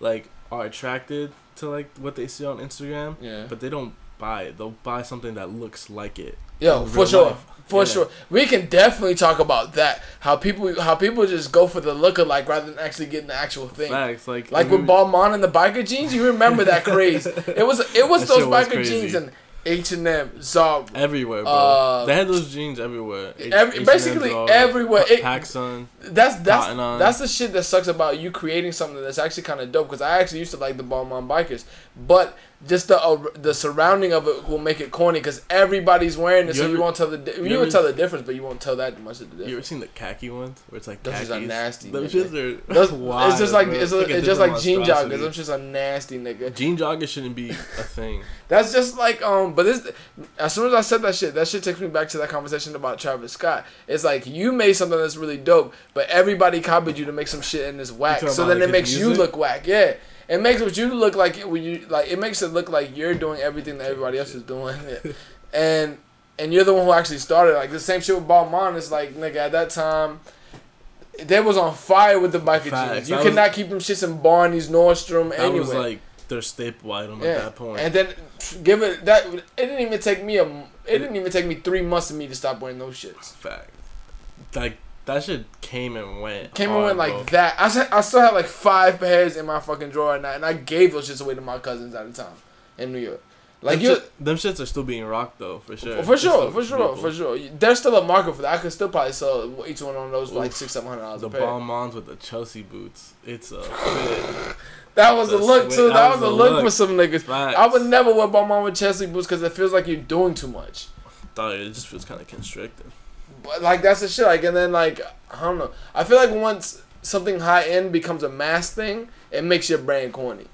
Speaker 4: like, are attracted to like what they see on Instagram,
Speaker 3: yeah,
Speaker 4: but they don't buy it. They'll buy something that looks like it.
Speaker 3: yo,
Speaker 4: in
Speaker 3: for
Speaker 4: real
Speaker 3: sure.
Speaker 4: life.
Speaker 3: For
Speaker 4: Yeah.
Speaker 3: sure, we can definitely talk about that. How people, how people just go for the lookalike rather than actually getting the actual thing.
Speaker 4: Facts, like
Speaker 3: Like
Speaker 4: I
Speaker 3: with
Speaker 4: mean,
Speaker 3: Balmain and the biker jeans, you remember that
Speaker 4: [laughs]
Speaker 3: craze? It was, it was
Speaker 4: That
Speaker 3: those
Speaker 4: shit was
Speaker 3: biker
Speaker 4: crazy.
Speaker 3: jeans and H and M, Zara,
Speaker 4: everywhere, bro.
Speaker 3: Uh,
Speaker 4: they had those jeans everywhere. H-
Speaker 3: every-
Speaker 4: H&M's
Speaker 3: basically
Speaker 4: all-
Speaker 3: everywhere. It-
Speaker 4: Pacsun,
Speaker 3: That's that's
Speaker 4: Cotton on.
Speaker 3: that's the shit that sucks about you creating something that's actually kind of dope. Because I actually used to like the Balmain bikers, but just the uh, the surrounding of it will make it corny because everybody's wearing it,
Speaker 4: You
Speaker 3: so you
Speaker 4: ever-
Speaker 3: won't tell the di-
Speaker 4: you
Speaker 3: you,
Speaker 4: ever-
Speaker 3: would tell the difference, but you won't tell that much of the
Speaker 4: You ever
Speaker 3: difference.
Speaker 4: seen the khaki ones where it's like
Speaker 3: Those
Speaker 4: khakis?
Speaker 3: shits are nasty,
Speaker 4: Those
Speaker 3: nigga.
Speaker 4: shits are.
Speaker 3: Those-
Speaker 4: [laughs] wild,
Speaker 3: it's just like
Speaker 4: bro.
Speaker 3: it's, a,
Speaker 4: like a
Speaker 3: it's just like
Speaker 4: different
Speaker 3: jean joggers.
Speaker 4: monstrosity.
Speaker 3: I'm just a nasty nigga.
Speaker 4: Jean joggers shouldn't be a thing.
Speaker 3: That's just like um, but this as soon as I said that shit, that shit takes me back to that conversation about Travis Scott. It's like you made something that's really dope, but everybody copied you to make some shit in this whack.
Speaker 4: talking
Speaker 3: So
Speaker 4: about,
Speaker 3: then
Speaker 4: like,
Speaker 3: it makes
Speaker 4: his
Speaker 3: you
Speaker 4: music?
Speaker 3: look whack. Yeah, it makes what you look like when you like it makes it look like you're doing everything that everybody else is doing, Yeah. and and you're the one who actually started. Like the same shit with Balmain. It's like nigga at that time. They was on fire with the biker
Speaker 4: Facts.
Speaker 3: jeans. You
Speaker 4: I was-
Speaker 3: cannot keep them shits in Barney's, Nordstrom,
Speaker 4: That
Speaker 3: anywhere.
Speaker 4: was like their staple item at that point.
Speaker 3: And then give it that it didn't even take me a m- it didn't even take me three months for me to stop wearing those shits.
Speaker 4: Fact. Like that shit came and went.
Speaker 3: Came and
Speaker 4: hard,
Speaker 3: went like
Speaker 4: bro.
Speaker 3: that. I, s- I still had like five pairs in my fucking drawer and I, and I gave those shits away to my cousins at the time in New York. Like
Speaker 4: them
Speaker 3: you,
Speaker 4: shit- them shits are still being rocked though, for sure.
Speaker 3: for
Speaker 4: It's
Speaker 3: sure,
Speaker 4: still
Speaker 3: for sure,
Speaker 4: people.
Speaker 3: for sure. There's still a market for that. I could still probably sell each one of those for like
Speaker 4: Oof.
Speaker 3: six, seven hundred dollars
Speaker 4: The
Speaker 3: a pair.
Speaker 4: Balmains with the Chelsea boots. It's a fit.
Speaker 3: That was the
Speaker 4: That's
Speaker 3: look
Speaker 4: the
Speaker 3: too.
Speaker 4: way-
Speaker 3: That, was the look, for some niggas.
Speaker 4: Facts.
Speaker 3: I would never wear my mom with Chelsea boots because it feels like you're doing too much.
Speaker 4: Dog, it just feels kind of constricted.
Speaker 3: But like that's the shit. Like and then like I don't know. I feel like once something high end becomes a mass thing, it makes your brand corny.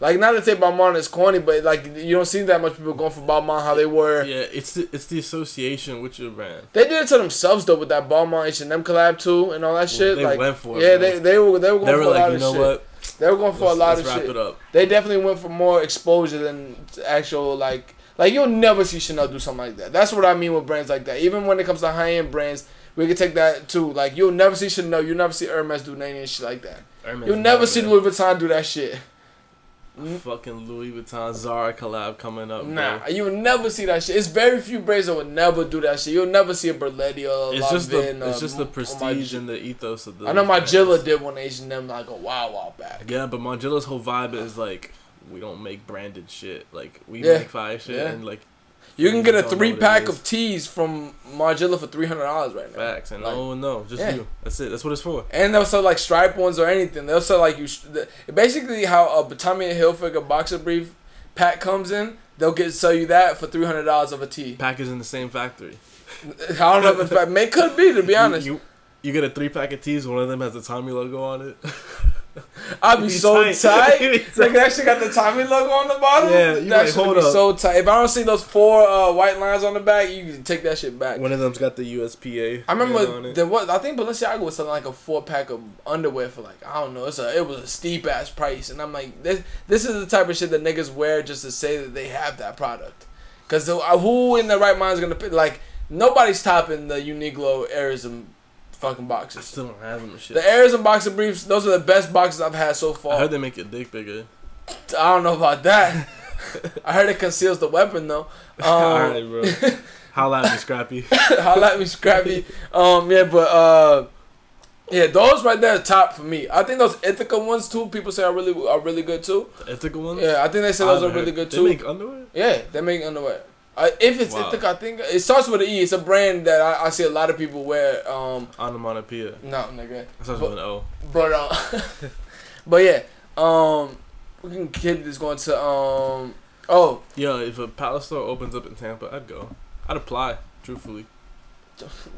Speaker 3: Like not to say Balmain is corny, but like you don't see that much people going for Balmain how they were.
Speaker 4: Yeah, it's the, it's the association with your brand.
Speaker 3: They did it to themselves though with that Balmain H and M collab too and all that shit.
Speaker 4: They
Speaker 3: like
Speaker 4: went for it,
Speaker 3: yeah,
Speaker 4: bro.
Speaker 3: they they were they were going
Speaker 4: They
Speaker 3: for
Speaker 4: were
Speaker 3: a lot
Speaker 4: like, you
Speaker 3: of
Speaker 4: know
Speaker 3: shit.
Speaker 4: what?
Speaker 3: They were going for
Speaker 4: Let's-
Speaker 3: a lot
Speaker 4: let's
Speaker 3: of
Speaker 4: wrap
Speaker 3: shit.
Speaker 4: it up.
Speaker 3: They definitely went for more exposure than actual like like you'll never see Chanel do something like that. That's what I mean with brands like that. Even when it comes to high end brands, we can take that too. Like you'll never see Chanel, you'll never see Hermes do any shit like that.
Speaker 4: Hermes
Speaker 3: You'll never see
Speaker 4: Leather.
Speaker 3: Louis Vuitton do that shit.
Speaker 4: fucking Louis Vuitton Zara collab coming up. Nah,
Speaker 3: Nah, you'll never see that shit. It's very few brands that would never do that shit. You'll never see a Berletti or a
Speaker 4: it's just
Speaker 3: Lanvin
Speaker 4: the
Speaker 3: or
Speaker 4: it's just the
Speaker 3: Mu- or
Speaker 4: prestige
Speaker 3: Mar-
Speaker 4: and the ethos of the.
Speaker 3: I know my Jilla did one H and M like a while while back.
Speaker 4: Yeah, but Margiela's whole vibe is like we don't make branded shit. Like we
Speaker 3: Yeah.
Speaker 4: make fire shit
Speaker 3: Yeah.
Speaker 4: and like
Speaker 3: You can
Speaker 4: You
Speaker 3: get a
Speaker 4: don't know what
Speaker 3: three pack
Speaker 4: it is.
Speaker 3: of teas from Margilla for three hundred dollars right now.
Speaker 4: facts and
Speaker 3: Like-
Speaker 4: oh no, just
Speaker 3: Yeah.
Speaker 4: you. That's it. That's what it's for.
Speaker 3: And they'll sell like stripe ones or anything. They'll sell like you. sh- The, basically, how a Tommy Hilfiger boxer brief pack comes in, they'll get sell you that for three hundred dollars of a tee.
Speaker 4: Pack is in the same factory.
Speaker 3: I don't know if it's fact. May could be to be
Speaker 4: [laughs] You-
Speaker 3: honest.
Speaker 4: You, you get a three pack of tees. One of them has the Tommy logo on
Speaker 3: [laughs]
Speaker 4: it.
Speaker 3: I'd be
Speaker 4: you
Speaker 3: so
Speaker 4: tight.
Speaker 3: tight.
Speaker 4: [laughs] You
Speaker 3: Like
Speaker 4: tight.
Speaker 3: that shit got the Tommy logo on the bottom.
Speaker 4: Yeah,
Speaker 3: that
Speaker 4: you like,
Speaker 3: shit
Speaker 4: hold
Speaker 3: be
Speaker 4: up.
Speaker 3: so tight. If I don't see those four uh, white lines on the back, you can take that shit back.
Speaker 4: One of them's got the USPA.
Speaker 3: I
Speaker 4: brand on
Speaker 3: remember
Speaker 4: it.
Speaker 3: there was I think Balenciaga was selling like a four pack of underwear for like I don't know it's a it was a steep ass price and I'm like this this is the type of shit that niggas wear just to say that they have that product because who in their right mind is gonna pick like nobody's topping the Uniqlo Aerism fucking
Speaker 4: I
Speaker 3: boxes
Speaker 4: still don't have them. and Shit.
Speaker 3: the Aerism boxer briefs those are the best boxes I've had so far
Speaker 4: I heard they make your dick bigger.
Speaker 3: [laughs] I don't know about
Speaker 4: [laughs]
Speaker 3: that I heard it conceals the weapon though um,
Speaker 4: All right, bro. [laughs] How loud
Speaker 3: [laughs]
Speaker 4: is Scrappy?
Speaker 3: holla at me, Scrappy. Um, yeah, but uh, yeah, those right there are top for me. I think those Ithaca ones too. People say are really are really good too.
Speaker 4: The ethical ones.
Speaker 3: Yeah, I think they say those
Speaker 4: I
Speaker 3: are really
Speaker 4: heard-
Speaker 3: good
Speaker 4: they
Speaker 3: too.
Speaker 4: make underwear.
Speaker 3: yeah, they make underwear. I, if it's
Speaker 4: Wow.
Speaker 3: Ithaca, I think it starts with an E. It's a brand that I, I see a lot of people wear. Um,
Speaker 4: Onomatopoeia.
Speaker 3: no, nigga,
Speaker 4: That starts with an O.
Speaker 3: but uh, [laughs] but yeah, um, we can keep this going to um. Oh,
Speaker 4: Yo, if a Palace store opens up in Tampa, I'd go. I'd apply, truthfully.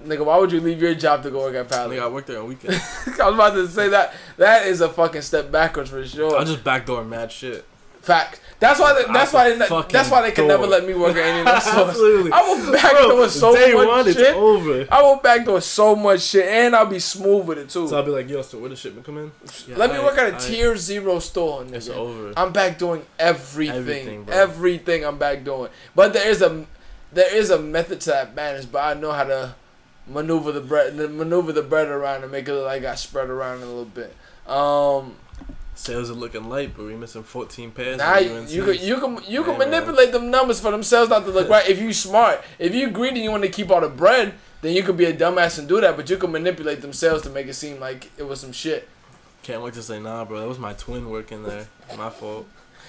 Speaker 3: nigga, why would you leave your job to go work at
Speaker 4: I
Speaker 3: Palace?
Speaker 4: think I work there on weekends.
Speaker 3: [laughs] I was about to say that. That is a fucking step backwards for sure.
Speaker 4: I just backdoor
Speaker 3: [laughs]
Speaker 4: mad shit.
Speaker 3: Fact. That's why. They, that's
Speaker 4: Out the
Speaker 3: why. They,
Speaker 4: fucking
Speaker 3: that's why they can
Speaker 4: door.
Speaker 3: never let me work at any of
Speaker 4: [laughs]
Speaker 3: those stores.
Speaker 4: Absolutely.
Speaker 3: I will backdoor so
Speaker 4: day
Speaker 3: much
Speaker 4: one, it's
Speaker 3: shit.
Speaker 4: over.
Speaker 3: I will backdoor so much shit, and I'll be smooth with it too.
Speaker 4: So I'll be like, yo, so where the shipment come in? Yeah,
Speaker 3: let me
Speaker 4: aight,
Speaker 3: work at a
Speaker 4: aight.
Speaker 3: tier zero store. Nigga.
Speaker 4: It's over.
Speaker 3: I'm backdooring everything.
Speaker 4: Everything,
Speaker 3: Everything,
Speaker 4: bro.
Speaker 3: I'm backdooring. But there is a there is a method to that madness. But I know how to maneuver the bread maneuver the bread around and make it look like I spread around a little bit. Um,
Speaker 4: Sales are looking light, but we missing 14 pairs.
Speaker 3: Now
Speaker 4: for
Speaker 3: you,
Speaker 4: UNCs.
Speaker 3: you can you can you can
Speaker 4: Hey, man.
Speaker 3: manipulate them numbers for themselves not to look right. If you smart, if you greedy, and you want to keep all the bread, then you could be a dumbass and do that. But you can manipulate themselves to make it seem like it was some shit.
Speaker 4: Can't wait to say, nah, bro, that was my twin working there.
Speaker 3: [laughs]
Speaker 4: My fault.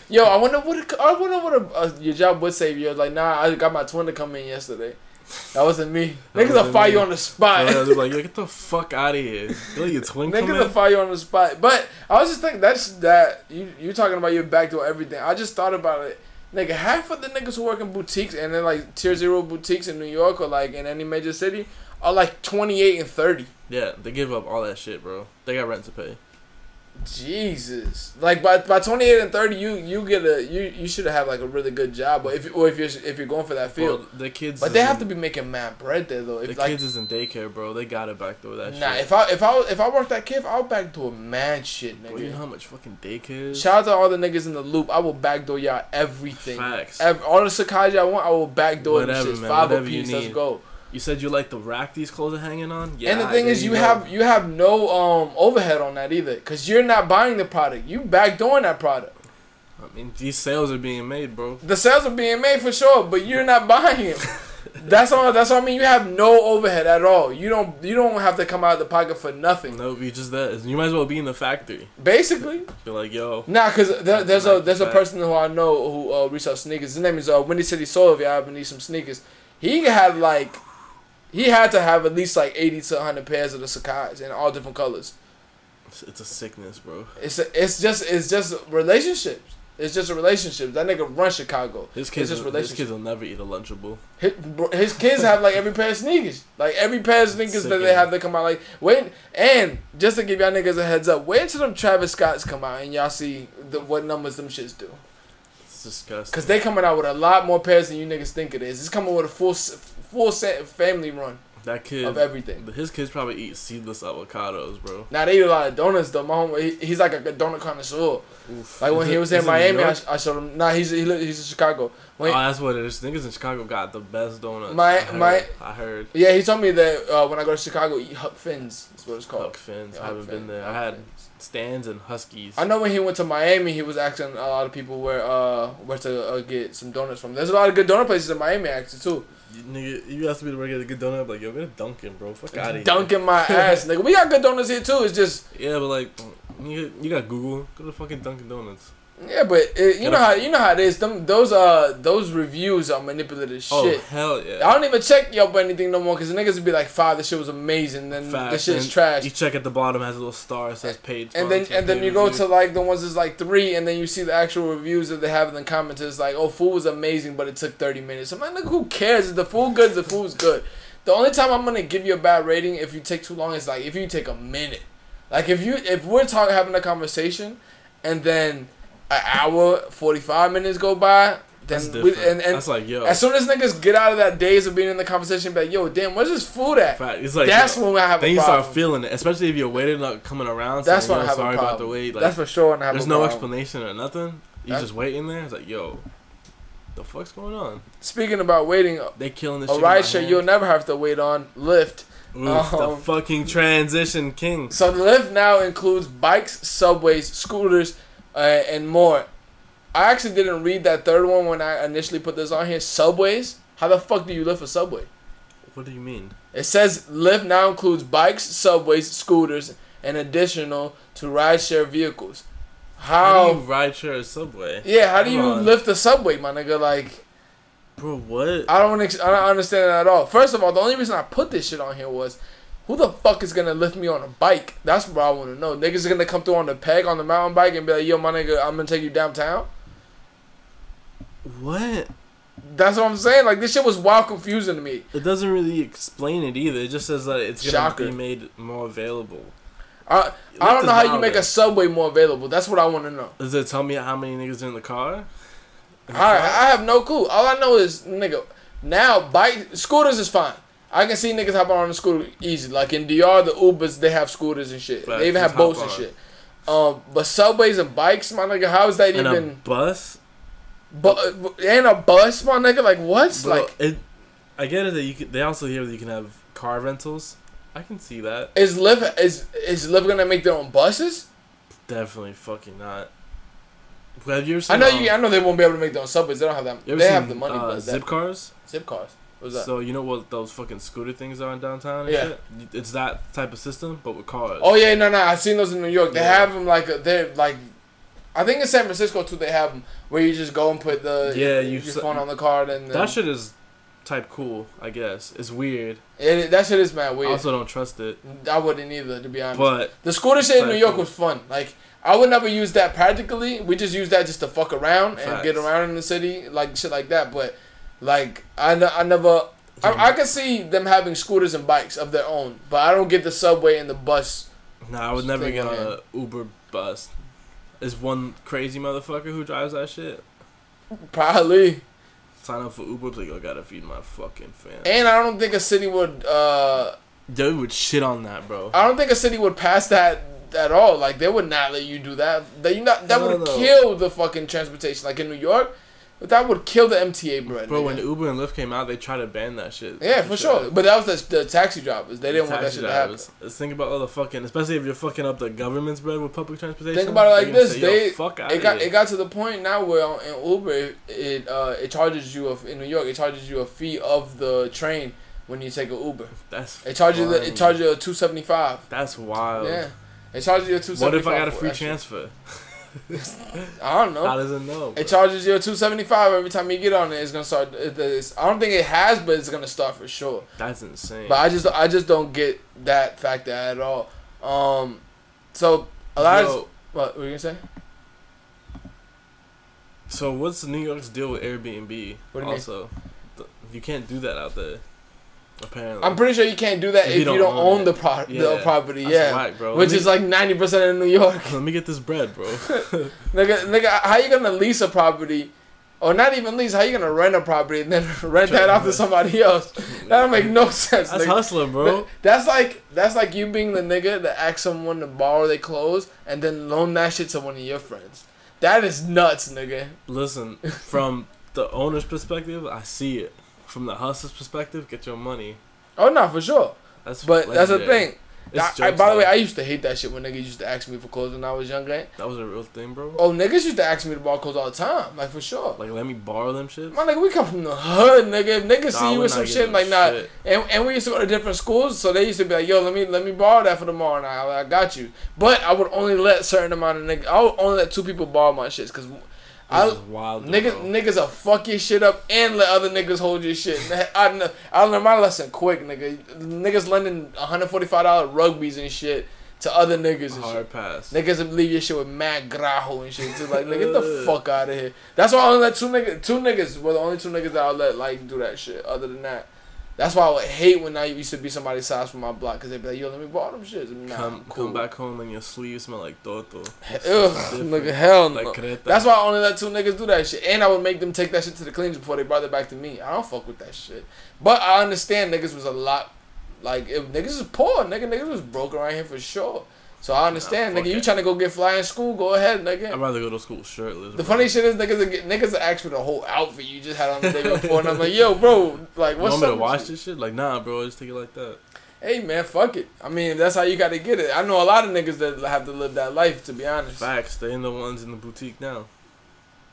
Speaker 3: Yo, I wonder what it, I wonder what a, uh, your job would save you. Like, nah, I got my twin to come in yesterday. That wasn't me.
Speaker 4: That
Speaker 3: Niggas will
Speaker 4: wasn't
Speaker 3: fire
Speaker 4: me.
Speaker 3: you on the spot.
Speaker 4: Bro, they're like, yo, get the fuck out of here. Yo, your twin come
Speaker 3: Niggas will
Speaker 4: in?
Speaker 3: fire you on the spot. But I was just thinking that's that you you talking about your backdoor everything. I just thought about it. Nigga, half of the niggas who work in boutiques and then like tier zero boutiques in New York or like in any major city are like twenty eight and thirty.
Speaker 4: Yeah, they give up all that shit, bro. They got rent to pay.
Speaker 3: Jesus, like by by twenty eight and thirty, you you get a you you should have like a really good job, but if or if you're if you're going for that field,
Speaker 4: Well, the kids.
Speaker 3: but they
Speaker 4: is
Speaker 3: have to
Speaker 4: in-
Speaker 3: be making mad bread there though.
Speaker 4: The
Speaker 3: If like
Speaker 4: kids is in daycare, bro. They gotta backdoor that
Speaker 3: nah,
Speaker 4: shit.
Speaker 3: if I if I if I worked that kid, I'll backdoor mad shit,
Speaker 4: Bro, you know
Speaker 3: nigga.
Speaker 4: how much fucking daycare is?
Speaker 3: Shout out to all the niggas in the loop. I will backdoor y'all everything.
Speaker 4: Facts.
Speaker 3: Ev- all the Sakaji I want, I will backdoor them
Speaker 4: Whatever,
Speaker 3: shits.
Speaker 4: man,
Speaker 3: Five
Speaker 4: whatever you
Speaker 3: apiece. Let's
Speaker 4: need.
Speaker 3: go.
Speaker 4: You said you like the rack these clothes are hanging on?
Speaker 3: and the
Speaker 4: I
Speaker 3: thing
Speaker 4: didn't
Speaker 3: is, you
Speaker 4: know.
Speaker 3: have you have no um overhead on that either, cause you're not buying the product. You backdooring that product.
Speaker 4: I mean, these sales are being made, bro.
Speaker 3: The sales are being made for sure, but you're not [laughs] buying
Speaker 4: [laughs]
Speaker 3: it. that's all. That's all I mean. You have no overhead at all. You don't. You don't have to come out of the pocket for nothing.
Speaker 4: No, you just that. You might as well be in the factory.
Speaker 3: Basically,
Speaker 4: Be like, yo,
Speaker 3: nah. Cause there, there's a there's a
Speaker 4: Right.
Speaker 3: person who I know who uh, resells sneakers. His name is uh, Windy City Soul. If you happen to need some sneakers, he had like, he had to have at least like eighty to hundred pairs of the Sakai's in all different colors.
Speaker 4: it's- it's a sickness, bro.
Speaker 3: It's a, it's just it's just relationships. It's just a relationship. That nigga run Chicago.
Speaker 4: This kid's,
Speaker 3: just
Speaker 4: this
Speaker 3: relationship.
Speaker 4: kid's will never eat a Lunchable.
Speaker 3: His, bro- his kids have like every pair of sneakers. Like every pair of sneakers that they
Speaker 4: Sick,
Speaker 3: have, they come out like wait. And just to give y'all niggas a heads up, wait until them Travis Scotts come out and y'all see the, what numbers them shits do.
Speaker 4: It's disgusting.
Speaker 3: Cause they coming out with a lot more pairs than you niggas think it is. It's coming with a full s- full set family run
Speaker 4: that kid,
Speaker 3: of everything.
Speaker 4: his kids probably eat seedless avocados, bro.
Speaker 3: Now they eat a lot of donuts though. My homie, he, he's like a donut connoisseur.
Speaker 4: Oof.
Speaker 3: Like when
Speaker 4: Is
Speaker 3: he
Speaker 4: it-
Speaker 3: was
Speaker 4: is
Speaker 3: in
Speaker 4: it
Speaker 3: Miami,
Speaker 4: New
Speaker 3: I,
Speaker 4: York?
Speaker 3: sh- I showed him. Nah, he's he, li- he's in Chicago. When,
Speaker 4: oh, that's what it is. Niggas in Chicago got the best donuts.
Speaker 3: My-
Speaker 4: I heard,
Speaker 3: my-
Speaker 4: I heard.
Speaker 3: Yeah, he told me that uh, when I go to Chicago, eat Huck Finn's. That's what it's called.
Speaker 4: Huck Finn's.
Speaker 3: Oh. Yeah,
Speaker 4: I
Speaker 3: Huck
Speaker 4: haven't been
Speaker 3: Finn,
Speaker 4: there.
Speaker 3: Huck
Speaker 4: I had
Speaker 3: Finn's.
Speaker 4: stands and huskies.
Speaker 3: I know when he went to Miami, he was asking a lot of people where uh where to uh, get some donuts from. There's a lot of good donut places in Miami actually too.
Speaker 4: You, nigga, you asked me to work at a good donut. I'm like, yo, go to Dunkin', bro. Fuck out of here.
Speaker 3: Dunking
Speaker 4: [laughs]
Speaker 3: my ass, nigga. We got good donuts here too. It's just
Speaker 4: Yeah, but like, you, you got Google. Go to fucking Dunkin' Donuts.
Speaker 3: yeah, but it, you
Speaker 4: Gotta-
Speaker 3: know how you know how it is. Them those uh those reviews are manipulative
Speaker 4: Oh
Speaker 3: shit.
Speaker 4: hell yeah.
Speaker 3: I don't even check Yelp or anything no more because the niggas would be like, "Five, this shit was amazing," then
Speaker 4: Fact,
Speaker 3: this shit is
Speaker 4: and
Speaker 3: trash.
Speaker 4: You check at the bottom has a little star. It says paid.
Speaker 3: and then
Speaker 4: sponsor,
Speaker 3: and then
Speaker 4: paid
Speaker 3: you go to
Speaker 4: review.
Speaker 3: like the ones that's like three, and then you see the actual reviews that they have in the comments. It's like, oh, food was amazing, but it took thirty minutes. I'm like, nigga, who cares? If the food good, the food's good. The only time I'm gonna give you a bad rating if you take too long is like if you take a minute. Like if you if we're talking having a conversation, and then an hour forty five minutes go by,
Speaker 4: That's
Speaker 3: then we,
Speaker 4: different.
Speaker 3: and and
Speaker 4: that's like yo.
Speaker 3: as soon as niggas get out of that days of being in the conversation, be like, yo, damn, where's this food at?
Speaker 4: fact, it's like
Speaker 3: that's
Speaker 4: yo,
Speaker 3: when I have
Speaker 4: Then
Speaker 3: a
Speaker 4: you
Speaker 3: problem.
Speaker 4: start feeling it, especially if your waiter not coming around.
Speaker 3: that's
Speaker 4: saying,
Speaker 3: when I
Speaker 4: yo,
Speaker 3: have
Speaker 4: sorry
Speaker 3: a problem.
Speaker 4: about the wait. Like,
Speaker 3: that's for sure. When I have
Speaker 4: there's
Speaker 3: a
Speaker 4: no
Speaker 3: problem.
Speaker 4: explanation or nothing. You
Speaker 3: That-
Speaker 4: just wait in there. It's like yo, the fuck's going on?
Speaker 3: Speaking about waiting, a
Speaker 4: They killing this. shit in my
Speaker 3: rideshare
Speaker 4: hand.
Speaker 3: you'll never have to wait on Lyft.
Speaker 4: Oof, the
Speaker 3: um,
Speaker 4: fucking transition king.
Speaker 3: So Lyft now includes bikes, subways, scooters, uh, and more. I actually didn't read that third one when I initially put this on here. Subways? How the fuck do you live for subway?
Speaker 4: What do you mean?
Speaker 3: It says Lyft now includes bikes, subways, scooters, and additional to rideshare vehicles.
Speaker 4: How do
Speaker 3: How?
Speaker 4: you ride share a subway?
Speaker 3: Yeah, how do
Speaker 4: Come
Speaker 3: you
Speaker 4: on.
Speaker 3: lift the subway, my nigga? Like,
Speaker 4: Bro, what?
Speaker 3: I don't, ex- I don't understand that at all. First of all, the only reason I put this shit on here was, who the fuck is gonna lift me on a bike? That's what I want to know. Niggas are gonna come through on the peg on the mountain bike and be like, "Yo, my nigga, I'm gonna take you downtown."
Speaker 4: What?
Speaker 3: That's what I'm saying. Like this shit was wild confusing to me.
Speaker 4: It doesn't really explain it either. It just says that it's gonna
Speaker 3: Shocker.
Speaker 4: be made more available.
Speaker 3: I, I don't know how you make a subway more available. That's what I want to know.
Speaker 4: Does it tell me how many niggas are in the car? In the
Speaker 3: I
Speaker 4: car?
Speaker 3: I have no clue. All I know is nigga, now bike scooters is fine. I can see niggas hop on the scooter easy. Like in DR, the Ubers they have scooters and shit.
Speaker 4: Facts,
Speaker 3: they even
Speaker 4: just
Speaker 3: have boats
Speaker 4: hop
Speaker 3: and
Speaker 4: on.
Speaker 3: shit. Um, but subways and bikes, my nigga, how is that
Speaker 4: and
Speaker 3: even?
Speaker 4: a bus.
Speaker 3: Bu- and a bus, my nigga. Like what?
Speaker 4: Bro,
Speaker 3: Like
Speaker 4: it. I get it that you can, they also hear that you can have car rentals. I can see that.
Speaker 3: is Lyft is is Lyft gonna make their own buses?
Speaker 4: Definitely fucking not. Have you ever seen?
Speaker 3: I know
Speaker 4: um,
Speaker 3: you. I know they won't be able to make their own subways. They don't have that.
Speaker 4: you ever
Speaker 3: They
Speaker 4: seen,
Speaker 3: have the money,
Speaker 4: uh,
Speaker 3: but
Speaker 4: zip
Speaker 3: zip
Speaker 4: cars.
Speaker 3: zip cars. What's that?
Speaker 4: So you know what those fucking scooter things are in downtown? And
Speaker 3: Yeah.
Speaker 4: shit? It's that type of system, but with cars.
Speaker 3: oh yeah, no, no. I've seen those in New York. They
Speaker 4: Yeah.
Speaker 3: have them like uh, they're like. I think in San Francisco too. They have them where you just go and put the
Speaker 4: Yeah,
Speaker 3: you
Speaker 4: you
Speaker 3: your
Speaker 4: s-
Speaker 3: phone on the card and then-
Speaker 4: That shit is type cool, I guess. It's weird.
Speaker 3: It, that shit is mad
Speaker 4: I
Speaker 3: weird.
Speaker 4: also don't trust it.
Speaker 3: I wouldn't either, to be honest.
Speaker 4: But
Speaker 3: the scooter shit in New
Speaker 4: Exactly.
Speaker 3: York was fun. Like I would never use that practically. We just use that just to fuck around and get
Speaker 4: Facts.
Speaker 3: around in the city, like shit like that. But like I, n- I never. I, I could see them having scooters and bikes of their own, but I don't get the subway and the bus. [laughs]
Speaker 4: nah, I would never
Speaker 3: Thing
Speaker 4: get on
Speaker 3: on
Speaker 4: a Uber bus. Is one crazy motherfucker who drives that shit?
Speaker 3: Probably,
Speaker 4: Sign up for Uber, be like I gotta feed my fucking fam.
Speaker 3: and I don't think a city would. Uh,
Speaker 4: Dude would shit on that, bro.
Speaker 3: I don't think a city would pass that at all. Like they would not let you do that. That you not. That
Speaker 4: Hell
Speaker 3: would
Speaker 4: no.
Speaker 3: kill the fucking transportation. Like in New York, that would kill the MTA, bread,
Speaker 4: Bro,
Speaker 3: nigga.
Speaker 4: when Uber and Lyft came out, they tried to ban that shit.
Speaker 3: Yeah, for sure. But that was the, the taxi drivers. They didn't want that
Speaker 4: Taxi
Speaker 3: shit to happen.
Speaker 4: drivers. Let's think about all the fucking, especially if you're fucking up the government's bread with public transportation.
Speaker 3: Think about it like
Speaker 4: they're gonna
Speaker 3: this:
Speaker 4: say, "Yo,
Speaker 3: they
Speaker 4: fuck out
Speaker 3: it got it got to the point now where on- in Uber it it, uh, it charges you of in New York it charges you a fee of the train when you take a Uber.
Speaker 4: That's
Speaker 3: It charges you the,
Speaker 4: funny.
Speaker 3: it charges you a two seventy five.
Speaker 4: That's wild.
Speaker 3: Yeah, it charges you a two
Speaker 4: What
Speaker 3: seventy
Speaker 4: if
Speaker 3: five.
Speaker 4: I got a free transfer?
Speaker 3: I don't
Speaker 4: How
Speaker 3: know.
Speaker 4: does it know? bro?
Speaker 3: It charges you a two seventy five every time you get on it. It's gonna start. it- It's, I don't think it has, but it's gonna start for sure.
Speaker 4: That's insane.
Speaker 3: But I just I just don't get that factor at all. Um, so a lot of
Speaker 4: Yo,
Speaker 3: what were you gonna say?
Speaker 4: so what's New York's deal with Airbnb?
Speaker 3: What do you mean?
Speaker 4: also, Th- you can't do that out there. Apparently,
Speaker 3: I'm pretty sure you can't do that if, you don't, own,
Speaker 4: it.
Speaker 3: the, pro- the
Speaker 4: Yeah.
Speaker 3: property.
Speaker 4: That's
Speaker 3: yeah,
Speaker 4: whack, bro.
Speaker 3: which
Speaker 4: Let me-
Speaker 3: is like ninety percent in New York. [laughs]
Speaker 4: Let me get this bread, bro. [laughs]
Speaker 3: nigga, nigga, how you gonna lease a property, or not even lease? How you gonna rent a property and then [laughs] rent that out to somebody else? That don't make no sense.
Speaker 4: [laughs] That's
Speaker 3: nigga.
Speaker 4: hustling, bro.
Speaker 3: That's like that's like you being the nigga that asks someone to borrow their clothes and then loan that shit to one of your friends. That is nuts, nigga.
Speaker 4: [laughs] Listen, from the owner's perspective, I see it. From the hustler's perspective, get your money.
Speaker 3: Oh no, for sure.
Speaker 4: That's
Speaker 3: But that's the
Speaker 4: legendary.
Speaker 3: thing.
Speaker 4: It's
Speaker 3: I- I-
Speaker 4: jokes,
Speaker 3: by the way,
Speaker 4: though.
Speaker 3: I used to hate that shit when niggas used to ask me for clothes when I was younger.
Speaker 4: that was a real thing, bro.
Speaker 3: Oh, niggas used to ask me to borrow clothes all the time, like for sure.
Speaker 4: Like, let me borrow them shit.
Speaker 3: My nigga, we come from the hood, nigga. If niggas
Speaker 4: Nah,
Speaker 3: see you
Speaker 4: we're
Speaker 3: with
Speaker 4: not
Speaker 3: some shit,
Speaker 4: giving
Speaker 3: like
Speaker 4: a
Speaker 3: nah.
Speaker 4: shit.
Speaker 3: And, and we used to go to different schools, so they used to be like, "Yo, let me let me borrow that for tomorrow." And I, I got you, but I would only let certain amount of niggas. I would only let two people borrow my shits, cause I
Speaker 4: This is wild,
Speaker 3: niggas
Speaker 4: bro.
Speaker 3: niggas will fuck your shit up and let other niggas hold your shit. I kn- I learned my lesson quick, nigga. Niggas lending one hundred forty five dollar rugbies and shit to other niggas and shit.
Speaker 4: hard pass.
Speaker 3: Niggas would leave your shit with mad grajo and shit too. Like, nigga, get the fuck out of here. That's why I only let two niggas. Two niggas were the only two niggas that I let like do that shit. Other than that, that's why I would hate when I used to be somebody's size from my block because they'd be like, "Yo, let me borrow them shits." Nah,
Speaker 4: come
Speaker 3: cool.
Speaker 4: come back home and your sleeves smell like toto.
Speaker 3: Ugh, nigga, hell no.
Speaker 4: Like creta.
Speaker 3: that's why I only let two niggas do that shit, and I would make them take that shit to the cleaners before they brought it back to me. I don't fuck with that shit, but I understand niggas was a lot. Like if niggas is poor, nigga, niggas was broke around here for sure. So I understand,
Speaker 4: fuck
Speaker 3: nigga. You
Speaker 4: it.
Speaker 3: trying to go get fly in school? Go ahead, nigga.
Speaker 4: I'd rather go to school shirtless.
Speaker 3: The
Speaker 4: bro.
Speaker 3: funny shit is niggas will get, niggas will ask for the whole outfit you just had on
Speaker 4: [laughs]
Speaker 3: the day before, and I'm like, yo, bro, like
Speaker 4: You
Speaker 3: what's
Speaker 4: want me
Speaker 3: up?
Speaker 4: to
Speaker 3: with
Speaker 4: wash
Speaker 3: you?
Speaker 4: this shit? Like, nah, bro. I just take it like that.
Speaker 3: Hey man, fuck it. I mean, if that's how you got to get it. I know a lot of niggas that have to live that life. To be honest,
Speaker 4: Facts. They in the ones in the boutique now.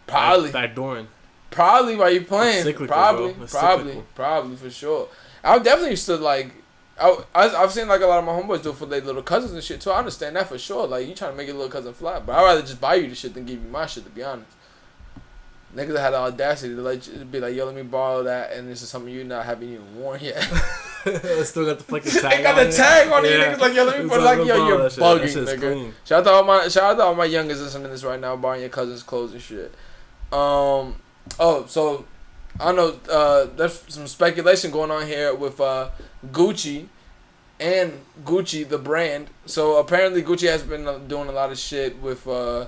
Speaker 3: probably, [laughs]
Speaker 4: Back dooring.
Speaker 3: probably while you playing,
Speaker 4: It's cyclical,
Speaker 3: probably,
Speaker 4: bro. It's
Speaker 3: probably,
Speaker 4: cyclical.
Speaker 3: probably for sure. I definitely used to like. I, I, I've seen like a lot of my homeboys do it for their little cousins and shit too. I understand that for sure. Like you trying to make your little cousin fly, but I'd rather just buy you the shit than give you my shit. To be honest, niggas had the audacity to let you, to be like, yo, let me borrow that, and this is something you not haven't even worn yet.
Speaker 4: [laughs]
Speaker 3: [laughs]
Speaker 4: Still got the fucking tag.
Speaker 3: they got
Speaker 4: on
Speaker 3: the
Speaker 4: it.
Speaker 3: tag on
Speaker 4: Yeah.
Speaker 3: it. Niggas like, yo, let me
Speaker 4: It's
Speaker 3: put like,
Speaker 4: let me
Speaker 3: yo,
Speaker 4: borrow
Speaker 3: you're
Speaker 4: that shit. That
Speaker 3: bugging,
Speaker 4: shit's
Speaker 3: nigga.
Speaker 4: clean.
Speaker 3: Shout out to all my shout out to all my youngest listening to this right now, buying your cousin's clothes and shit. Um, oh, so I don't know. Uh, there's some speculation going on here with uh, Gucci and Gucci the brand. So apparently, Gucci has been uh, doing a lot of shit with uh,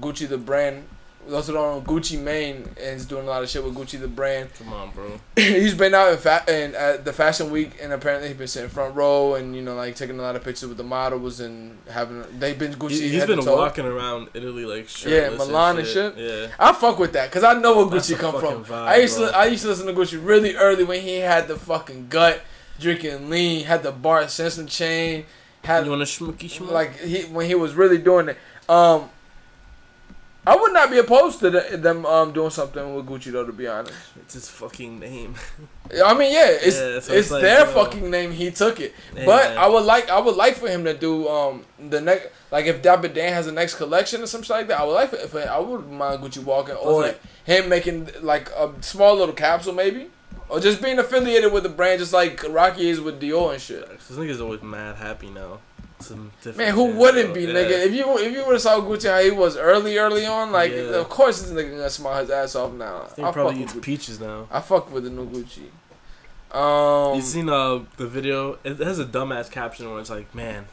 Speaker 3: Gucci the brand. We also don't know Gucci Mane is doing a lot of shit with Gucci the brand.
Speaker 4: Come on, bro.
Speaker 3: [laughs] he's been out in, fa- in at the fashion week, and apparently he's been sitting front row and you know like taking a lot of pictures with the models and having they've been Gucci.
Speaker 4: He,
Speaker 3: head
Speaker 4: has been
Speaker 3: to toe.
Speaker 4: walking around Italy like
Speaker 3: Yeah,
Speaker 4: shirtless.
Speaker 3: Milan and
Speaker 4: Yeah.
Speaker 3: I fuck with that because I know where
Speaker 4: That's
Speaker 3: Gucci
Speaker 4: a
Speaker 3: come from.
Speaker 4: fucking vibe,
Speaker 3: I used
Speaker 4: bro.
Speaker 3: to I used to listen to Gucci really early when he had the fucking gut, drinking lean, had the Bart Simpson chain, had
Speaker 4: you want a schmooky schmoo?
Speaker 3: like he when he was really doing it. Um, I would not be opposed to the, them um doing something with Gucci though. To be honest.
Speaker 4: it's his fucking name. [laughs]
Speaker 3: I mean, yeah, it's
Speaker 4: Yeah,
Speaker 3: it's,
Speaker 4: so it's like,
Speaker 3: their
Speaker 4: yo.
Speaker 3: fucking name. He took it,
Speaker 4: Yeah.
Speaker 3: but I would like I would like for him to do um the next like if Dapper Dan has the next collection or something like that. I would like for, for I would mind Gucci walking or
Speaker 4: like-
Speaker 3: him making like a small little capsule maybe. Or just being affiliated with a brand, just like Rocky is with Dior and shit.
Speaker 4: This nigga's always mad happy now. Some different
Speaker 3: Man, who
Speaker 4: shit,
Speaker 3: wouldn't
Speaker 4: bro.
Speaker 3: be,
Speaker 4: Yeah.
Speaker 3: nigga? If you if you would have saw Gucci how he was early, early on, like
Speaker 4: Yeah.
Speaker 3: of course this nigga gonna smile his ass off now.
Speaker 4: I think
Speaker 3: I fuck
Speaker 4: probably
Speaker 3: with
Speaker 4: eats
Speaker 3: Gucci.
Speaker 4: peaches now.
Speaker 3: I fuck with the new Gucci. Um,
Speaker 4: you seen uh, the video? It has a dumbass caption where it's like, man,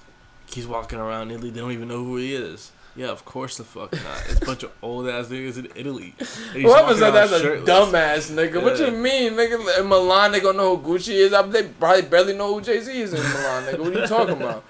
Speaker 4: he's walking around Italy. They don't even know who he is. Yeah, of course the fuck not. It's a
Speaker 3: [laughs]
Speaker 4: bunch of old ass niggas in Italy. And he's
Speaker 3: Whoever
Speaker 4: walking
Speaker 3: said
Speaker 4: around
Speaker 3: that's a
Speaker 4: shirtless.
Speaker 3: dumbass nigga. What
Speaker 4: Yeah.
Speaker 3: you mean, nigga? In Milan, they gonna know who Gucci is. I, they probably barely know who Jay Z is in Milan, nigga. What are you talking
Speaker 4: [laughs]
Speaker 3: about?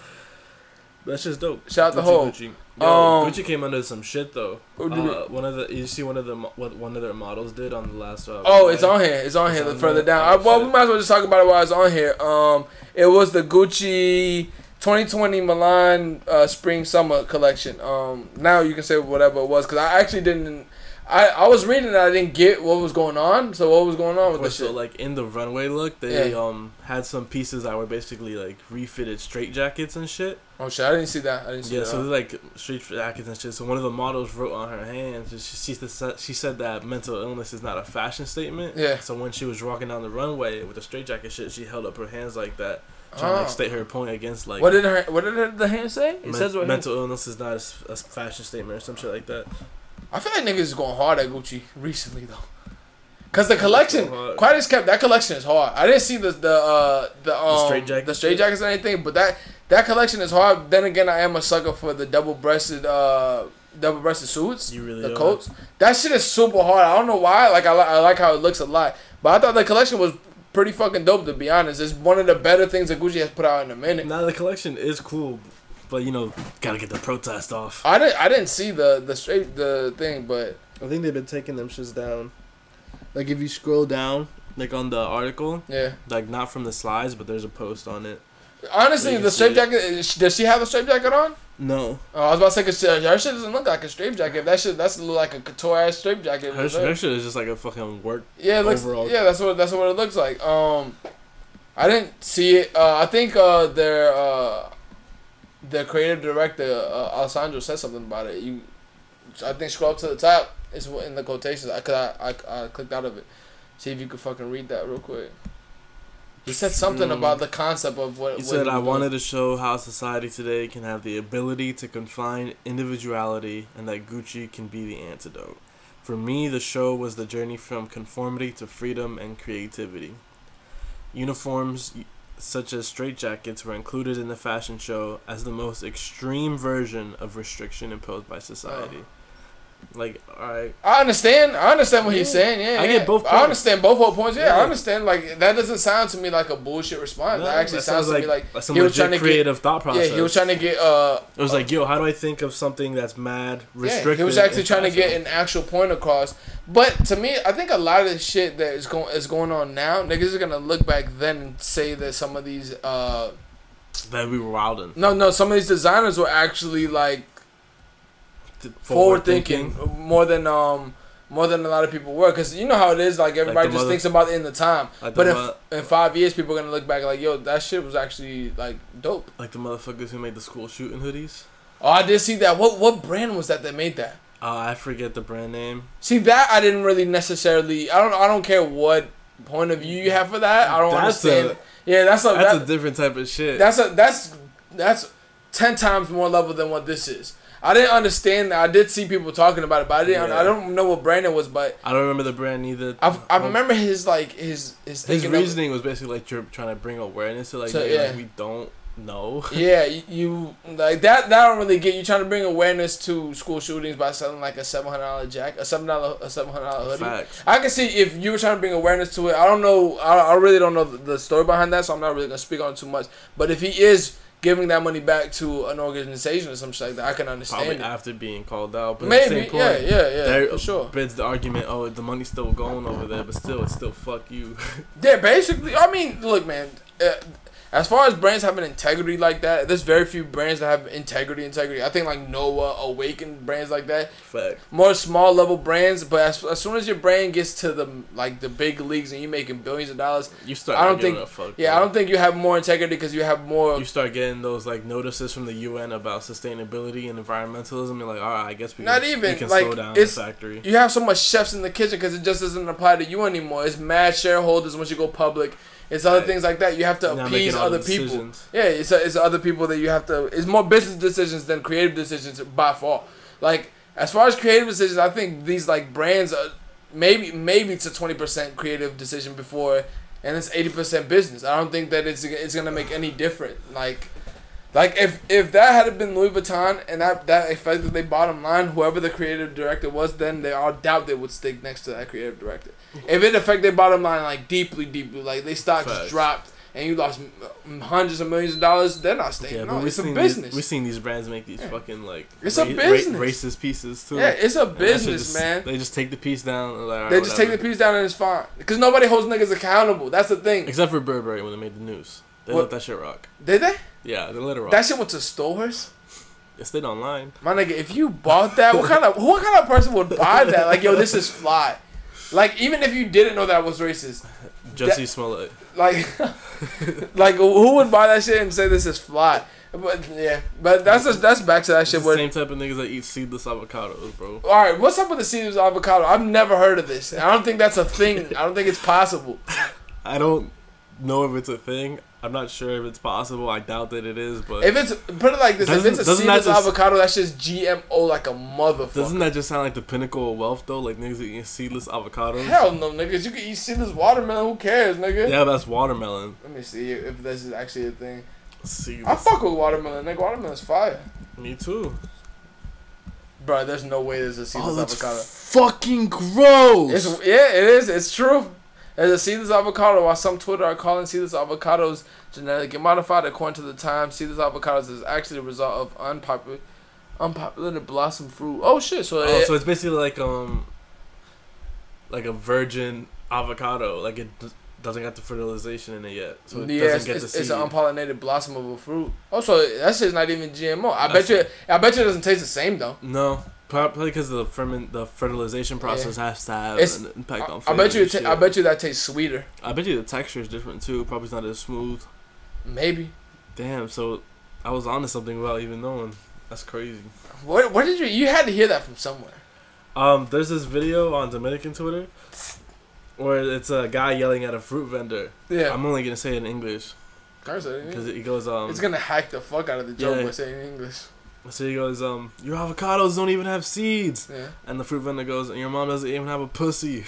Speaker 4: That's just dope.
Speaker 3: Shout out to Ho.
Speaker 4: Gucci. Yo,
Speaker 3: Um, Oh,
Speaker 4: Gucci came under some shit though.
Speaker 3: Who did
Speaker 4: Uh, one of the you see one of the mo- what one of their models did on the last. Uh,
Speaker 3: Oh, it's on here. It's on
Speaker 4: It's
Speaker 3: here.
Speaker 4: on
Speaker 3: further
Speaker 4: there.
Speaker 3: down.
Speaker 4: Oh,
Speaker 3: Uh, well, we
Speaker 4: shit.
Speaker 3: might as well just talk about it while it's on here. Um, it was the Gucci 2020 Milan uh, Spring Summer collection. Um, now you can say whatever it was because I actually didn't. I, I was reading it. I didn't get what was going on. So what was going on with
Speaker 4: Or
Speaker 3: this
Speaker 4: so
Speaker 3: shit?
Speaker 4: like in the runway look, they
Speaker 3: Yeah.
Speaker 4: um had some pieces that were basically like refitted straight jackets and shit.
Speaker 3: Oh shit! I didn't see that. I didn't see
Speaker 4: Yeah,
Speaker 3: that.
Speaker 4: so they're like straight jackets and shit. So one of the models wrote on her hands. and She she, said- she said that mental illness is not a fashion statement.
Speaker 3: Yeah.
Speaker 4: So when she was walking down the runway with the straight jacket shit, she held up her hands like that, trying to like,
Speaker 3: Oh.
Speaker 4: state her point against like
Speaker 3: what did her? What did her, the hand say? It
Speaker 4: men-
Speaker 3: says what.
Speaker 4: mental illness is not a s- a, s- fashion statement or some shit like that.
Speaker 3: I feel like niggas is going hard at Gucci recently though. Cause the collection,
Speaker 4: Going hard.
Speaker 3: quite as kept that collection is hard. I didn't see the the uh, the um
Speaker 4: straight jacket
Speaker 3: the straight jackets or anything, but that that collection is hard. Then again, I am a sucker for the double breasted uh double breasted suits,
Speaker 4: You really
Speaker 3: the
Speaker 4: are.
Speaker 3: coats. That shit is super hard. I don't know why. Like I, li- I like how it looks a lot, but I thought the collection was pretty fucking dope. To be honest, it's one of the better things that Gucci has put out in a minute.
Speaker 4: Now the collection is cool, but you know gotta get the protest off.
Speaker 3: I didn't I didn't see the the straight the thing, but
Speaker 4: I think they've been taking them shits down. Like if you scroll down, like on the article,
Speaker 3: yeah.
Speaker 4: like not from the slides, but there's a post on it.
Speaker 3: Honestly,
Speaker 4: You can
Speaker 3: the
Speaker 4: see
Speaker 3: straight
Speaker 4: it.
Speaker 3: jacket. is- Does she have a straight jacket on?
Speaker 4: No,
Speaker 3: Oh, I was about to say, cause uh, her shit doesn't look like a straight jacket. That shit, that's look like a couture ass straight jacket.
Speaker 4: her, her shit is just like a fucking work.
Speaker 3: yeah, it looks.
Speaker 4: overall-
Speaker 3: Yeah, that's what that's what it looks like. Um, I didn't see it. Uh, I think uh, their uh, their creative director uh, Alessandro said something about it. You, I think scroll up to the top. It's in the quotations. I, cause I, I I clicked out of it. See if you could fucking read that real quick. He said something
Speaker 4: Hmm.
Speaker 3: about the concept of what.
Speaker 4: He
Speaker 3: what
Speaker 4: said,
Speaker 3: was
Speaker 4: "I
Speaker 3: doing."
Speaker 4: wanted to show how society today can have the ability to confine individuality, and that Gucci can be the antidote." For me, the show was the journey from conformity to freedom and creativity. Uniforms y- such as straitjackets were included in the fashion show as the most extreme version of restriction imposed by society.
Speaker 3: Oh.
Speaker 4: Like, alright,
Speaker 3: I understand. I understand what he's
Speaker 4: Yeah.
Speaker 3: saying. Yeah,
Speaker 4: I
Speaker 3: yeah.
Speaker 4: get both
Speaker 3: I
Speaker 4: points.
Speaker 3: understand both whole points. Yeah, I
Speaker 4: Yeah.
Speaker 3: understand. Like that doesn't sound to me like a bullshit response.
Speaker 4: no,
Speaker 3: that actually sounds, to me like
Speaker 4: some
Speaker 3: he was
Speaker 4: legit
Speaker 3: trying to get-
Speaker 4: creative thought process.
Speaker 3: yeah, he was trying to get uh
Speaker 4: It was like, yo, how do I think of something that's mad restricted?
Speaker 3: yeah, he was actually
Speaker 4: and
Speaker 3: trying to get
Speaker 4: possible?
Speaker 3: an actual point across. But to me, I think a lot of the shit that is going is going on now, niggas are gonna look back then and say that some of these uh
Speaker 4: that we were wilding,
Speaker 3: no no some of these designers were actually like forward thinking more than um more than a lot of people were because you know how it is like everybody
Speaker 4: the
Speaker 3: just
Speaker 4: mother-
Speaker 3: thinks about it in the time
Speaker 4: Like the
Speaker 3: but
Speaker 4: mo-
Speaker 3: if, in five years people are gonna look back like yo that shit was actually like dope
Speaker 4: like the motherfuckers who made the school shooting hoodies.
Speaker 3: oh i did see that what what brand was that that made that
Speaker 4: Uh, I forget the brand name.
Speaker 3: see that i didn't really necessarily i don't i don't care what point of view you have for that i don't
Speaker 4: That's
Speaker 3: understand
Speaker 4: a-
Speaker 3: yeah that's a
Speaker 4: That's a
Speaker 3: that,
Speaker 4: different type of shit.
Speaker 3: that's a that's that's 10 times more level than what this is i didn't understand that i did see people talking about it but i didn't
Speaker 4: Yeah.
Speaker 3: i don't know what brand it was but
Speaker 4: I don't remember the brand either.
Speaker 3: I, I
Speaker 4: Um,
Speaker 3: remember his like his his,
Speaker 4: his
Speaker 3: thinking of-
Speaker 4: reasoning was basically like you're trying to bring awareness to like,
Speaker 3: So,
Speaker 4: nigga,
Speaker 3: yeah.
Speaker 4: like, we don't know.
Speaker 3: yeah, you, you like that. That I don't really get. You trying to bring awareness to school shootings by selling like a seven hundred dollar jacket, a seven dollar a seven hundred dollar hoodie.
Speaker 4: Facts.
Speaker 3: I can see if you were trying to bring awareness to it. I don't know. I, I really don't know the, the story behind that, so I'm not really gonna speak on it too much. But if he is giving that money back to an organization or some shit like that, I can
Speaker 4: [laughs] Probably
Speaker 3: understand it.
Speaker 4: after being called out, but at the
Speaker 3: Maybe,
Speaker 4: same point,
Speaker 3: yeah, yeah, yeah,
Speaker 4: there
Speaker 3: for sure.
Speaker 4: bids the argument. Oh, the money's still going over there, but still, it's still fuck you. [laughs]
Speaker 3: Yeah, basically. I mean, look, man. Uh, As far as brands having integrity like that, there's very few brands that have integrity. Integrity. I think like Noah, Awaken brands like that.
Speaker 4: Fact.
Speaker 3: More small level brands, but as, as soon as your brand gets to the like the big leagues and you're making billions of dollars,
Speaker 4: You start.
Speaker 3: I don't
Speaker 4: not giving
Speaker 3: think-
Speaker 4: A fuck,
Speaker 3: yeah,
Speaker 4: bro.
Speaker 3: I don't think you have more integrity because you have more.
Speaker 4: You start getting those like notices from the UN about sustainability and environmentalism. You're like, all right, I guess we
Speaker 3: Not
Speaker 4: can,
Speaker 3: even,
Speaker 4: we can
Speaker 3: like,
Speaker 4: slow down
Speaker 3: it's-
Speaker 4: the factory.
Speaker 3: You have so much chefs in the kitchen because it just doesn't apply to you anymore. It's mad shareholders once you go public. It's other
Speaker 4: Right.
Speaker 3: things like that. You have to
Speaker 4: You're not
Speaker 3: appease
Speaker 4: making all the
Speaker 3: other people.
Speaker 4: decisions.
Speaker 3: Yeah, it's, it's other people that you have to. It's more business decisions than creative decisions by far. Like as far as creative decisions, I think these like brands are maybe maybe it's a twenty percent creative decision before, and it's eighty percent business. I don't think that it's it's gonna make any difference. Like. Like if, if that had been Louis Vuitton and that that affected their bottom line, whoever the creative director was, then they all doubt they would stick next to that creative director. If it affected their bottom line like deeply, deeply, like they stock just
Speaker 4: Facts.
Speaker 3: dropped and you lost m- hundreds of millions of dollars, they're not staying.
Speaker 4: Yeah,
Speaker 3: no,
Speaker 4: but we've
Speaker 3: it's a
Speaker 4: seen
Speaker 3: business.
Speaker 4: These, we've seen these brands make these fucking like
Speaker 3: It's a business.
Speaker 4: racist pieces too.
Speaker 3: yeah, it's a
Speaker 4: And that shit
Speaker 3: business,
Speaker 4: just-
Speaker 3: man.
Speaker 4: They just take the piece down. and like, all right,
Speaker 3: They just take the
Speaker 4: whatever.
Speaker 3: piece down and it's fine because nobody holds niggas accountable. That's the thing.
Speaker 4: except for Burberry when they made the news. They
Speaker 3: What-
Speaker 4: let that shit rock.
Speaker 3: Did they?
Speaker 4: Yeah, they let it rock.
Speaker 3: That shit went to stores.
Speaker 4: it stayed online.
Speaker 3: My nigga, if you bought that, what kind of what kind of person would buy that? Like, yo, this is fly. Like, even if you didn't know that was racist,
Speaker 4: Jesse Smollett. [laughs]
Speaker 3: like, like who would buy that shit and say this is fly? But yeah, but that's just, that's back to that
Speaker 4: It's the
Speaker 3: shit. Where,
Speaker 4: same type of niggas that eat seedless avocados, bro.
Speaker 3: all right, what's up with the Caesar's avocado? I've never heard of this. And I don't think that's a thing. I don't think it's possible.
Speaker 4: I don't know if it's a thing. I'm not sure if it's possible. I doubt that it is, but
Speaker 3: If it's put it like this, if
Speaker 4: Doesn't-
Speaker 3: it's a
Speaker 4: doesn't that
Speaker 3: Caesar's
Speaker 4: just-
Speaker 3: avocado, that's just GMO like a motherfucker.
Speaker 4: doesn't that just sound like the pinnacle of wealth though? Like niggas eating seedless avocados.
Speaker 3: Hell no, niggas. You can eat Caesar's watermelon. Who cares, nigga?
Speaker 4: Yeah, that's watermelon.
Speaker 3: Let me see if this is actually a thing. I
Speaker 4: Seedless.
Speaker 3: fuck with watermelon, nigga. Watermelon's fire.
Speaker 4: Me too.
Speaker 3: Bro, there's no way there's a
Speaker 4: Oh,
Speaker 3: Caesar's avocado.
Speaker 4: fucking gross.
Speaker 3: It's yeah, it is. It's true. There's a Caesar's avocado. While some Twitter are calling Caesar's avocados genetically modified, according to the Times, Caesar's avocados is actually the result of unpopular, unpopular to blossom fruit. Oh shit! So,
Speaker 4: oh,
Speaker 3: it,
Speaker 4: so it's basically like um, like a virgin avocado. Like it d- doesn't got the fertilization in it yet, so it
Speaker 3: yeah, it's,
Speaker 4: doesn't get the
Speaker 3: it's,
Speaker 4: seed.
Speaker 3: it's an unpollinated blossom of a fruit. Oh, so that shit's not even GMO. I
Speaker 4: That's-
Speaker 3: bet you. I bet you it doesn't taste the same though.
Speaker 4: no, prob- probably because the ferment, the fertilization process has to have
Speaker 3: It's-
Speaker 4: an
Speaker 3: I,
Speaker 4: impact on.
Speaker 3: I
Speaker 4: flavor
Speaker 3: bet you.
Speaker 4: and
Speaker 3: It ta- I
Speaker 4: shit.
Speaker 3: bet you that tastes sweeter.
Speaker 4: I bet you the texture is different too. Probably it's not as smooth.
Speaker 3: Maybe.
Speaker 4: Damn. So, I was onto something without even knowing. That's crazy.
Speaker 3: What? What did you? You had to hear that from somewhere.
Speaker 4: Um, there's this video on Dominican Twitter where it's a guy yelling at a fruit vendor.
Speaker 3: Yeah.
Speaker 4: I'm only gonna say it in English
Speaker 3: Curse it, yeah.
Speaker 4: because he goes, um,
Speaker 3: it's gonna hack the fuck out of the joke
Speaker 4: yeah.
Speaker 3: by saying it in English.
Speaker 4: so he goes, um, your avocados don't even have seeds,
Speaker 3: Yeah.
Speaker 4: and the fruit vendor goes, and your mom doesn't even have a
Speaker 3: [laughs]
Speaker 4: pussy.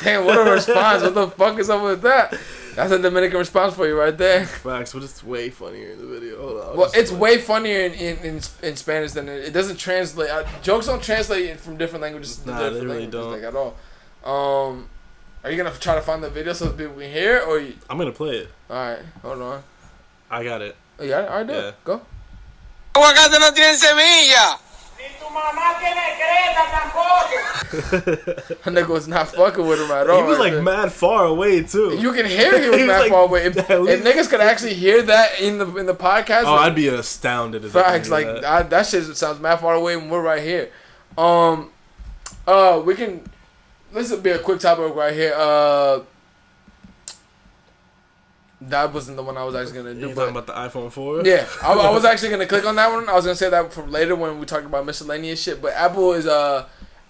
Speaker 3: Damn, what a response. What
Speaker 4: [laughs]
Speaker 3: the fuck is up with that? That's a Dominican response for you right there.
Speaker 4: Facts, but it's way funnier in the video. Hold on. I'll
Speaker 3: Well,
Speaker 4: just-
Speaker 3: it's way funnier in, in, in, in Spanish than it, it doesn't translate. Uh, jokes don't translate in- from different languages to
Speaker 4: Nah, they
Speaker 3: different
Speaker 4: really
Speaker 3: languages
Speaker 4: don't.
Speaker 3: like at all. Um, are you gonna try to find the video so people can hear? it, Or you,
Speaker 4: I'm gonna play it.
Speaker 3: all right, hold on.
Speaker 4: I got it.
Speaker 3: Oh, yeah, all right, do
Speaker 4: Yeah.
Speaker 3: it. Go. [laughs]
Speaker 1: aguacate no tienen semilla.
Speaker 5: Ni tu mamá tiene creta tampoco.
Speaker 3: That nigga was not fucking with him at all.
Speaker 4: He was
Speaker 3: right
Speaker 4: like
Speaker 3: there.
Speaker 4: mad far away too.
Speaker 3: You can hear he was
Speaker 4: [laughs] He was
Speaker 3: mad
Speaker 4: like,
Speaker 3: far away. If,
Speaker 4: at
Speaker 3: if
Speaker 4: least-
Speaker 3: niggas could actually hear that in the in the podcast,
Speaker 4: oh, I'd be astounded. If I could
Speaker 3: Facts,
Speaker 4: hear
Speaker 3: like
Speaker 4: that.
Speaker 3: I, that shit sounds mad far away, and we're right here. Um, uh, we can. This will be a quick topic right here. Uh, that wasn't the one I was actually gonna do,
Speaker 4: you
Speaker 3: but
Speaker 4: talking about the iPhone 4?
Speaker 3: yeah, I, I
Speaker 4: [laughs]
Speaker 3: was actually gonna click on that one. I was gonna say that for later when we talk about miscellaneous shit. But Apple is uh,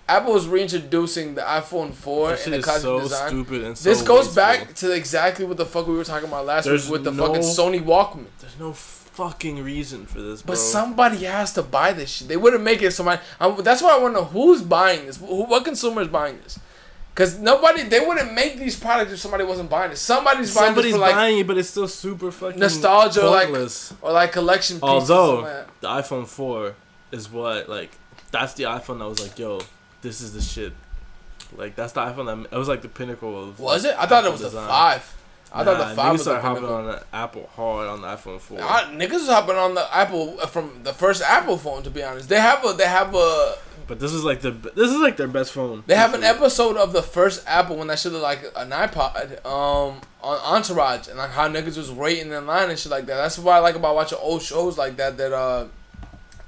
Speaker 3: Apple is reintroducing the iPhone four
Speaker 4: That
Speaker 3: in
Speaker 4: shit
Speaker 3: the
Speaker 4: is
Speaker 3: classic
Speaker 4: so
Speaker 3: design.
Speaker 4: stupid and so
Speaker 3: This goes
Speaker 4: wasteful.
Speaker 3: back to exactly what the fuck we were talking about last
Speaker 4: There's
Speaker 3: week with the
Speaker 4: no-
Speaker 3: fucking Sony Walkman.
Speaker 4: There's no fucking reason for this, bro.
Speaker 3: But somebody has to buy this shit. They wouldn't make it somebody. I, that's why I want to know who's buying this. Who, what consumer is buying this? Because nobody, they wouldn't make these products if somebody wasn't buying it. Somebody's buying
Speaker 4: somebody's
Speaker 3: this for like
Speaker 4: buying it, but it's still super fucking
Speaker 3: nostalgia, like
Speaker 4: pointless.
Speaker 3: or like collection. pieces, something like
Speaker 4: Although
Speaker 3: that.
Speaker 4: the iPhone 4 is what like that's the iPhone that was like, yo, this is the shit. Like that's the iPhone that it was like the pinnacle of.
Speaker 3: was it? I thought it was the
Speaker 4: design.
Speaker 3: five. I
Speaker 4: Nah,
Speaker 3: thought the
Speaker 4: niggas
Speaker 3: five was the
Speaker 4: started hopping
Speaker 3: pinnacle.
Speaker 4: on the Apple hard on the iPhone 4.
Speaker 3: uh, I, niggas was hopping on the Apple from the first Apple phone. To be honest, they have a they have a
Speaker 4: But this is like the this is like their best phone.
Speaker 3: They have an
Speaker 4: Episode.
Speaker 3: episode of the first Apple when that shit looked like an iPod um, on Entourage and like how niggas was waiting in line and shit like that. That's what I like about watching old shows like that. That uh,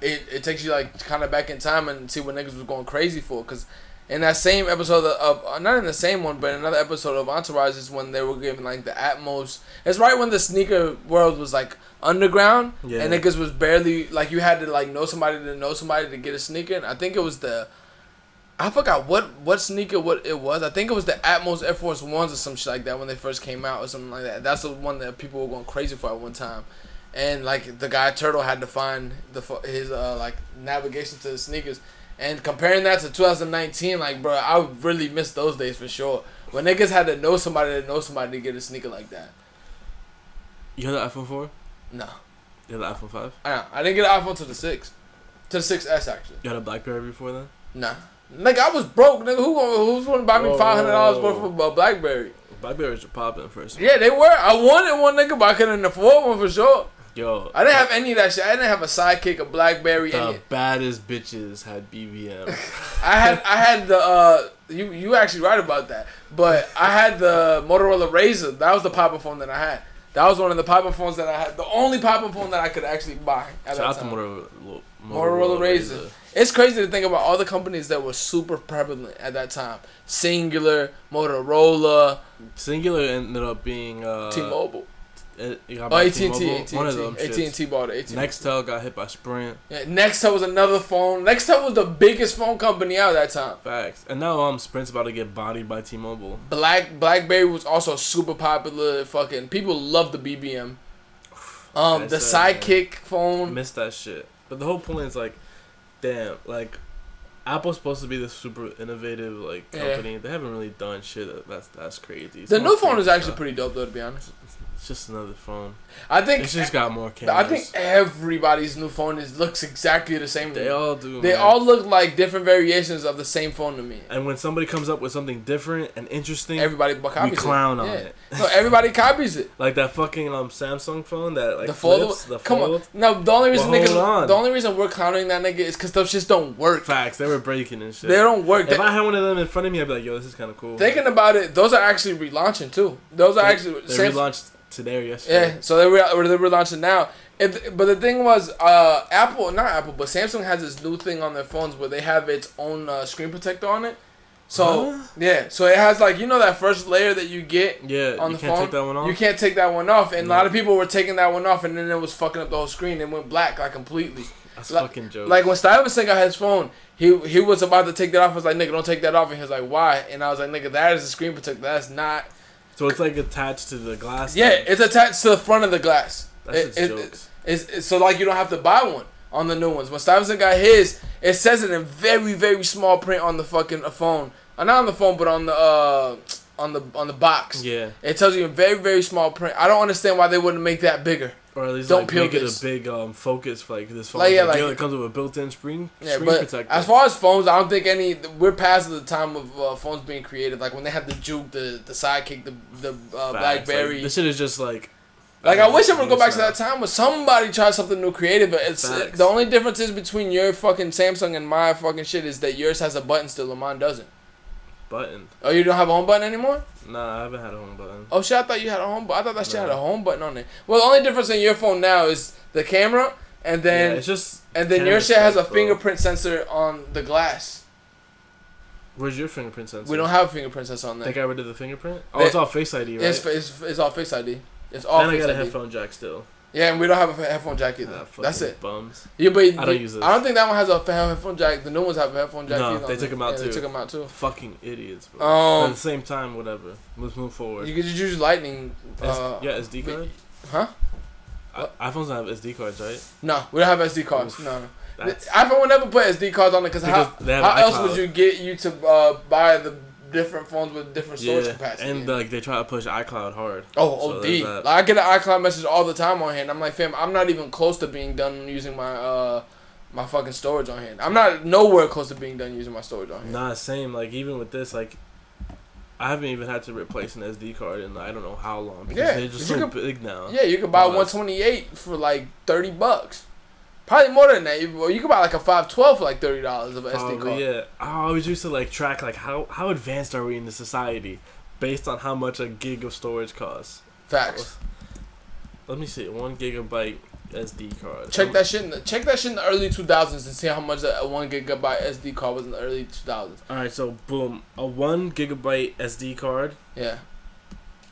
Speaker 3: it, it takes you like kind of back in time and see what niggas was going crazy for. Cause in that same episode of uh, not in the same one, but another episode of Entourage is when they were giving like the Atmos. It's right when the sneaker world was like underground
Speaker 4: Yeah.
Speaker 3: and niggas was barely like you had to like know somebody to know somebody to get a sneaker. And I think it was the I forgot what what sneaker what it was. I think it was the Atmos Air Force Ones or some shit like that when they first came out or something like that. That's the one that people were going crazy for at one time, and like the guy Turtle had to find the fu- his uh, like navigation to the sneakers, and comparing that to 2019, like bro, I really miss those days for sure. When niggas had to know somebody to know somebody to get a sneaker like that.
Speaker 4: You had the iPhone four.
Speaker 3: No,
Speaker 4: You had the iPhone five.
Speaker 3: I don't know. I didn't get an iPhone to the six, to the 6S actually.
Speaker 4: You had a BlackBerry before then.
Speaker 3: Nah. Nigga, I was broke, nigga. Who gonna- who's gonna buy me
Speaker 4: Whoa.
Speaker 3: five hundred dollars worth of a BlackBerry?
Speaker 4: Blackberries were popping first.
Speaker 3: Yeah, they were. I wanted one nigga, but I couldn't afford one for sure.
Speaker 4: Yo,
Speaker 3: I didn't have any of that shit. I didn't have a sidekick, a BlackBerry.
Speaker 4: the
Speaker 3: Any.
Speaker 4: baddest bitches
Speaker 3: [laughs]
Speaker 4: had BBM.
Speaker 3: I had, I had the. Uh, you, you actually right about that. But I had the Motorola Razr. That was the popping phone that I had. That was one of the popping phones that I had. The only popping phone that I could actually buy. At
Speaker 4: Shout out
Speaker 3: that
Speaker 4: to
Speaker 3: time.
Speaker 4: Motorola, Lo-
Speaker 3: Motorola Razor.
Speaker 4: Razr.
Speaker 3: It's crazy to think about all the companies that were super prevalent at that time. Singular, Motorola,
Speaker 4: Singular ended up being uh, eh,
Speaker 3: T-Mobile,
Speaker 4: It, it got
Speaker 3: oh,
Speaker 4: by
Speaker 3: AT&T,
Speaker 4: T-Mobile.
Speaker 3: AT&T,
Speaker 4: One of them.
Speaker 3: AT&T,
Speaker 4: shits.
Speaker 3: bought it. AT&T.
Speaker 4: Nextel got hit by Sprint.
Speaker 3: Yeah, Nextel was another phone. Nextel was the biggest phone company out at that time.
Speaker 4: Facts. And now um, Sprint's about to get bodied by T-Mobile.
Speaker 3: Black BlackBerry was also super popular. Fucking people loved the BBM. Um, the
Speaker 4: That's sad,
Speaker 3: Sidekick phone.
Speaker 4: Miss that shit. But the whole point is like, damn, like. Apple's supposed to be this super innovative like
Speaker 3: Yeah.
Speaker 4: company. They haven't really done shit. that- That's that's crazy.
Speaker 3: The
Speaker 4: Some
Speaker 3: new phone is
Speaker 4: things,
Speaker 3: actually
Speaker 4: uh,
Speaker 3: pretty dope though, to be honest.
Speaker 4: It's just another phone.
Speaker 3: I think
Speaker 4: It's just got more cameras.
Speaker 3: I think everybody's new phone is looks exactly the same.
Speaker 4: they all do.
Speaker 3: They
Speaker 4: man.
Speaker 3: all look like different variations of the same phone to me.
Speaker 4: And when somebody comes up with something different and interesting,
Speaker 3: Everybody bu- copies
Speaker 4: we clown
Speaker 3: it.
Speaker 4: on
Speaker 3: Yeah.
Speaker 4: it.
Speaker 3: No, everybody copies it.
Speaker 4: Like that fucking um Samsung phone that [laughs] like
Speaker 3: the fold,
Speaker 4: flips the
Speaker 3: come
Speaker 4: fold.
Speaker 3: on. No, the only reason
Speaker 4: Well,
Speaker 3: niggas,
Speaker 4: hold on.
Speaker 3: the only reason we're clowning that nigga is because those shits don't work.
Speaker 4: Facts, they were breaking and shit.
Speaker 3: They don't work.
Speaker 4: If
Speaker 3: They-
Speaker 4: I had one of them in front of me, I'd be like, "Yo, this is kind of cool."
Speaker 3: Thinking about it, those are actually relaunching too. Those are
Speaker 4: they,
Speaker 3: actually
Speaker 4: they
Speaker 3: Samsung-
Speaker 4: relaunched today or yesterday.
Speaker 3: Yeah, so they were they were launching now. If, but the thing was, uh, Apple not Apple, but Samsung has this new thing on their phones where they have its own uh, screen protector on it. So
Speaker 4: Huh?
Speaker 3: yeah, so it has like you know that first layer that you get
Speaker 4: Yeah,
Speaker 3: on
Speaker 4: you
Speaker 3: the
Speaker 4: can't
Speaker 3: phone.
Speaker 4: take that one off?
Speaker 3: You can't take that one off, and a lot of people were taking that one off, and then it was fucking up the whole screen. It went black like completely.
Speaker 4: That's
Speaker 3: Like-
Speaker 4: fucking joke.
Speaker 3: Like when Stuyvesant got his phone, he he was about to take that off. I was like, nigga, don't take that off. And he was like, why? And I was like, nigga, that is a screen protector. That's not.
Speaker 4: so it's like attached to the glass.
Speaker 3: Yeah,
Speaker 4: thing.
Speaker 3: it's attached to the front of the glass.
Speaker 4: That
Speaker 3: It-
Speaker 4: shit's
Speaker 3: it-
Speaker 4: jokes.
Speaker 3: it's, it's- so like you don't have to buy one on the new ones. When Stuyvesant got his, it says it in very very small print on the fucking phone. Uh, not on the phone, but on the uh, on the on the box.
Speaker 4: yeah,
Speaker 3: It tells you in very very small print. I don't understand why they wouldn't make that bigger.
Speaker 4: or at least
Speaker 3: Don't
Speaker 4: like
Speaker 3: peel
Speaker 4: make
Speaker 3: this.
Speaker 4: it a big um focus for like this phone.
Speaker 3: Like,
Speaker 4: Like,
Speaker 3: yeah,
Speaker 4: yeah,
Speaker 3: like-
Speaker 4: it comes with a built-in screen
Speaker 3: Yeah,
Speaker 4: screen
Speaker 3: but
Speaker 4: protector.
Speaker 3: as far as phones, I don't think any. We're past the time of uh, phones being created. Like when they had the Juke, the the Sidekick, the the uh,
Speaker 4: Facts,
Speaker 3: BlackBerry.
Speaker 4: like, this shit is just like.
Speaker 3: Like I wish I would go back to
Speaker 4: now.
Speaker 3: that time when somebody tried something new creative, but it's
Speaker 4: Facts.
Speaker 3: the only difference is between your fucking Samsung and my fucking shit is that yours has a button still and mine doesn't.
Speaker 4: button.
Speaker 3: Oh, you don't have a home button anymore?
Speaker 4: Nah, I haven't had a home button.
Speaker 3: Oh shit, I thought you had a home button. I thought that shit
Speaker 4: No.
Speaker 3: had a home button on it. Well, the only difference in your phone now is the camera and
Speaker 4: yeah,
Speaker 3: then
Speaker 4: it's just
Speaker 3: and then your
Speaker 4: camera
Speaker 3: shit has a
Speaker 4: stuff, bro.
Speaker 3: fingerprint sensor on the glass.
Speaker 4: Where's your fingerprint sensor?
Speaker 3: We don't have a fingerprint sensor on
Speaker 4: They
Speaker 3: that.
Speaker 4: got rid of the fingerprint. Oh,
Speaker 3: They-
Speaker 4: it's all Face ID, right?
Speaker 3: It's, it's, it's all Face ID. It's all
Speaker 4: then I
Speaker 3: Face
Speaker 4: got a
Speaker 3: ID.
Speaker 4: headphone jack still.
Speaker 3: Yeah, and we don't have a headphone jack either.
Speaker 4: Ah,
Speaker 3: That's
Speaker 4: fucking
Speaker 3: it.
Speaker 4: Bums.
Speaker 3: Yeah, but
Speaker 4: I don't use those.
Speaker 3: I don't think that one has a fa- headphone jack. The new ones have a headphone jack.
Speaker 4: No,
Speaker 3: either.
Speaker 4: they took 'em out
Speaker 3: yeah, They
Speaker 4: too.
Speaker 3: took them out too.
Speaker 4: Fucking idiots, bro.
Speaker 3: Um,
Speaker 4: At the same time, whatever. Let's move forward.
Speaker 3: You could just use lightning.
Speaker 4: S-
Speaker 3: Uh,
Speaker 4: yeah, SD
Speaker 3: but-
Speaker 4: card.
Speaker 3: Huh?
Speaker 4: I- iPhones don't have SD cards, right?
Speaker 3: No, we don't have SD cards.
Speaker 4: Oof.
Speaker 3: No, no.
Speaker 4: That's
Speaker 3: iPhone would never put SD cards on it cause how,
Speaker 4: Because they have
Speaker 3: how else
Speaker 4: iCloud.
Speaker 3: would you get you to uh, buy the different phones with different storage
Speaker 4: yeah.
Speaker 3: capacity?
Speaker 4: And like they try to push iCloud hard.
Speaker 3: oh,
Speaker 4: So
Speaker 3: OD.
Speaker 4: there's that.
Speaker 3: like, I get an iCloud message all the time on here, and I'm like, fam, I'm not even close to being done using my uh my fucking storage on here. I'm not nowhere close to being done using my storage on here.
Speaker 4: Nah, same. Like even with this, like I haven't even had to replace an SD card in I don't know how long because
Speaker 3: Yeah,
Speaker 4: they're just
Speaker 3: you
Speaker 4: so
Speaker 3: could-
Speaker 4: big now.
Speaker 3: Yeah, you could buy
Speaker 4: Nah.
Speaker 3: 128 for like 30 bucks. Probably more than that. You, well, you could buy like a five twelve for like thirty dollars of a SD
Speaker 4: Probably,
Speaker 3: card.
Speaker 4: yeah. I always used to like track like how how advanced are we in the society based on how much a gig of storage costs.
Speaker 3: Facts.
Speaker 4: Let me see, one gigabyte SD card.
Speaker 3: Check that shit. In the, check that shit in the early two thousands and see how much a one gigabyte SD card was in the early two thousands.
Speaker 4: All right, so boom, a one gigabyte SD card
Speaker 3: Yeah.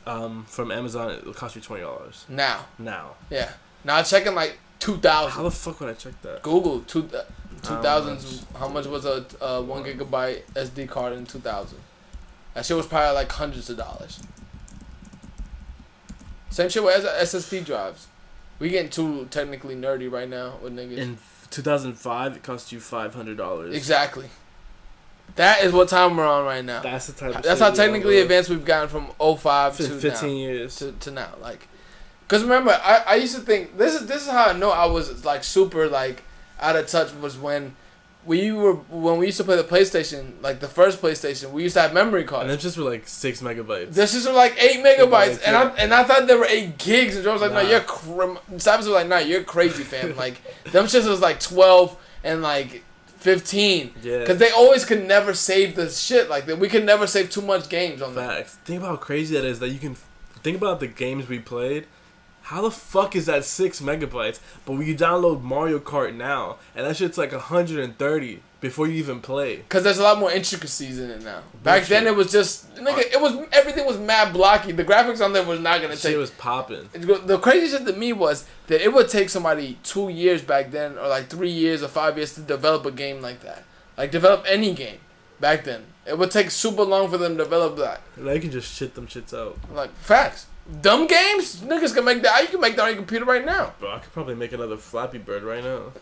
Speaker 4: um, from Amazon it will cost you twenty dollars
Speaker 3: Now.
Speaker 4: now.
Speaker 3: Yeah. Now check in like two
Speaker 4: How
Speaker 3: thousand.
Speaker 4: the fuck would I check that?
Speaker 3: Google two uh, two thousands.
Speaker 4: much?
Speaker 3: How much was a, a one gigabyte SD card in two thousand? That shit was probably like hundreds of dollars. Same shit with S- SSD drives. We getting too technically nerdy right now with niggas.
Speaker 4: In 2005, it cost you five hundred dollars.
Speaker 3: exactly. That is what time we're on right now.
Speaker 4: That's the type. Of
Speaker 3: That's
Speaker 4: shit
Speaker 3: how
Speaker 4: we
Speaker 3: technically
Speaker 4: all live.
Speaker 3: advanced we've gotten from 05 to
Speaker 4: Fi-
Speaker 3: now.
Speaker 4: Fifteen years.
Speaker 3: to, to now. Like, cause remember, I, I used to think this is this is how I know I was like super like out of touch was when we were when we used to play the PlayStation, like the first PlayStation. We used to have memory
Speaker 4: And
Speaker 3: cards.
Speaker 4: them just were like six megabytes.
Speaker 3: This is like eight megabytes,
Speaker 4: Megabytes,
Speaker 3: and I
Speaker 4: yeah.
Speaker 3: and I thought there were eight gigs, and Joe was like, "No,
Speaker 4: Nah.
Speaker 3: you're." Cr-. Cyrus was like, "No, you're crazy,
Speaker 4: [laughs]
Speaker 3: fam." like them shits was like twelve and like fifteen,
Speaker 4: Yeah.
Speaker 3: cause they always could never save the shit like that. We could never save too much games on that.
Speaker 4: Facts. Think about how crazy that is. That you can think about the games we played. How the fuck is that six megabytes? But when you download Mario Kart now, and that shit's like hundred and thirty before you even play.
Speaker 3: Cause there's a lot more intricacies in it now. Back
Speaker 4: Bullshit.
Speaker 3: then, it was just nigga. It was everything was mad blocky. The graphics on there was not gonna
Speaker 4: That
Speaker 3: take.
Speaker 4: shit was popping.
Speaker 3: the crazy shit to me was that it would take somebody two years back then, or like three years or five years to develop a game like that. Like develop any game back then. It would take super long for them to develop that.
Speaker 4: Now you can just shit them shits out.
Speaker 3: Like facts. Dumb games, niggas can make that. You can make that on your computer right now,
Speaker 4: Bro, I could probably make another Flappy Bird right now.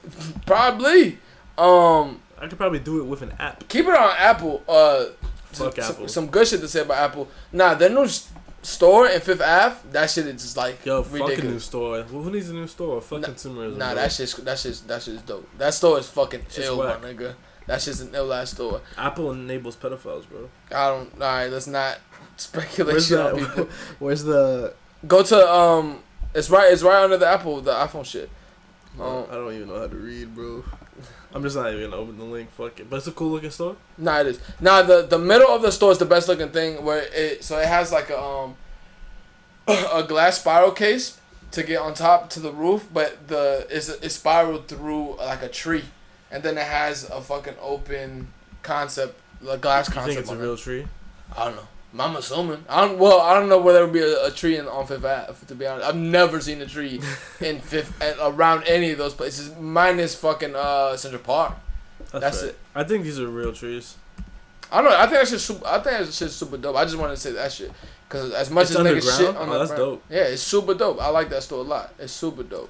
Speaker 3: probably. Um,
Speaker 4: I could probably do it with an app.
Speaker 3: keep it on Apple. Uh,
Speaker 4: Fuck
Speaker 3: some,
Speaker 4: Apple.
Speaker 3: Some good shit to say about Apple. Nah, their new s- store in Fifth Ave, that shit is just like
Speaker 4: Yo, fuck a new
Speaker 3: ridiculous.
Speaker 4: store. Well, who needs a new store? Fuck
Speaker 3: Nah-
Speaker 4: consumerism.
Speaker 3: Nah,
Speaker 4: bro.
Speaker 3: that shit's that shit's that shit's dope. That store is fucking
Speaker 4: Shit's
Speaker 3: ill,
Speaker 4: whack.
Speaker 3: my nigga. That shit's an ill ass store.
Speaker 4: Apple enables pedophiles, bro.
Speaker 3: I don't. All right, let's not [laughs] speculate
Speaker 4: Where's
Speaker 3: shit on people.
Speaker 4: the Where's the
Speaker 3: Go to um, it's right. It's right under the Apple, the iPhone shit.
Speaker 4: Bro,
Speaker 3: Um,
Speaker 4: I don't even know how to read, bro. I'm just not even gonna open the link. Fuck it. But it's a cool looking store.
Speaker 3: Nah, it is. Nah, the the middle of the store is the best looking thing. Where it so it has like a um [clears throat] a glass spiral case to get on top to the roof, but the it's it's spiraled through like a tree, and then it has a fucking open concept, like glass
Speaker 4: You
Speaker 3: concept.
Speaker 4: think it's a
Speaker 3: on
Speaker 4: real tree?
Speaker 3: it. I don't know. I'm assuming. I don't. Well, I don't know whether it would be a, a tree in on Fifth Ave. To be honest, I've never seen a
Speaker 4: [laughs]
Speaker 3: tree in Fifth at, around any of those places, minus fucking uh Central Park. That's it.
Speaker 4: I think these are real trees.
Speaker 3: I don't know. I think that shit's super. I think that shit's super dope. I just wanted to say that shit because as much
Speaker 4: It's
Speaker 3: as niggas
Speaker 4: underground?
Speaker 3: shit on
Speaker 4: Oh,
Speaker 3: the
Speaker 4: that's
Speaker 3: brand-
Speaker 4: dope.
Speaker 3: Yeah, it's super dope. I like that store a lot. It's super dope.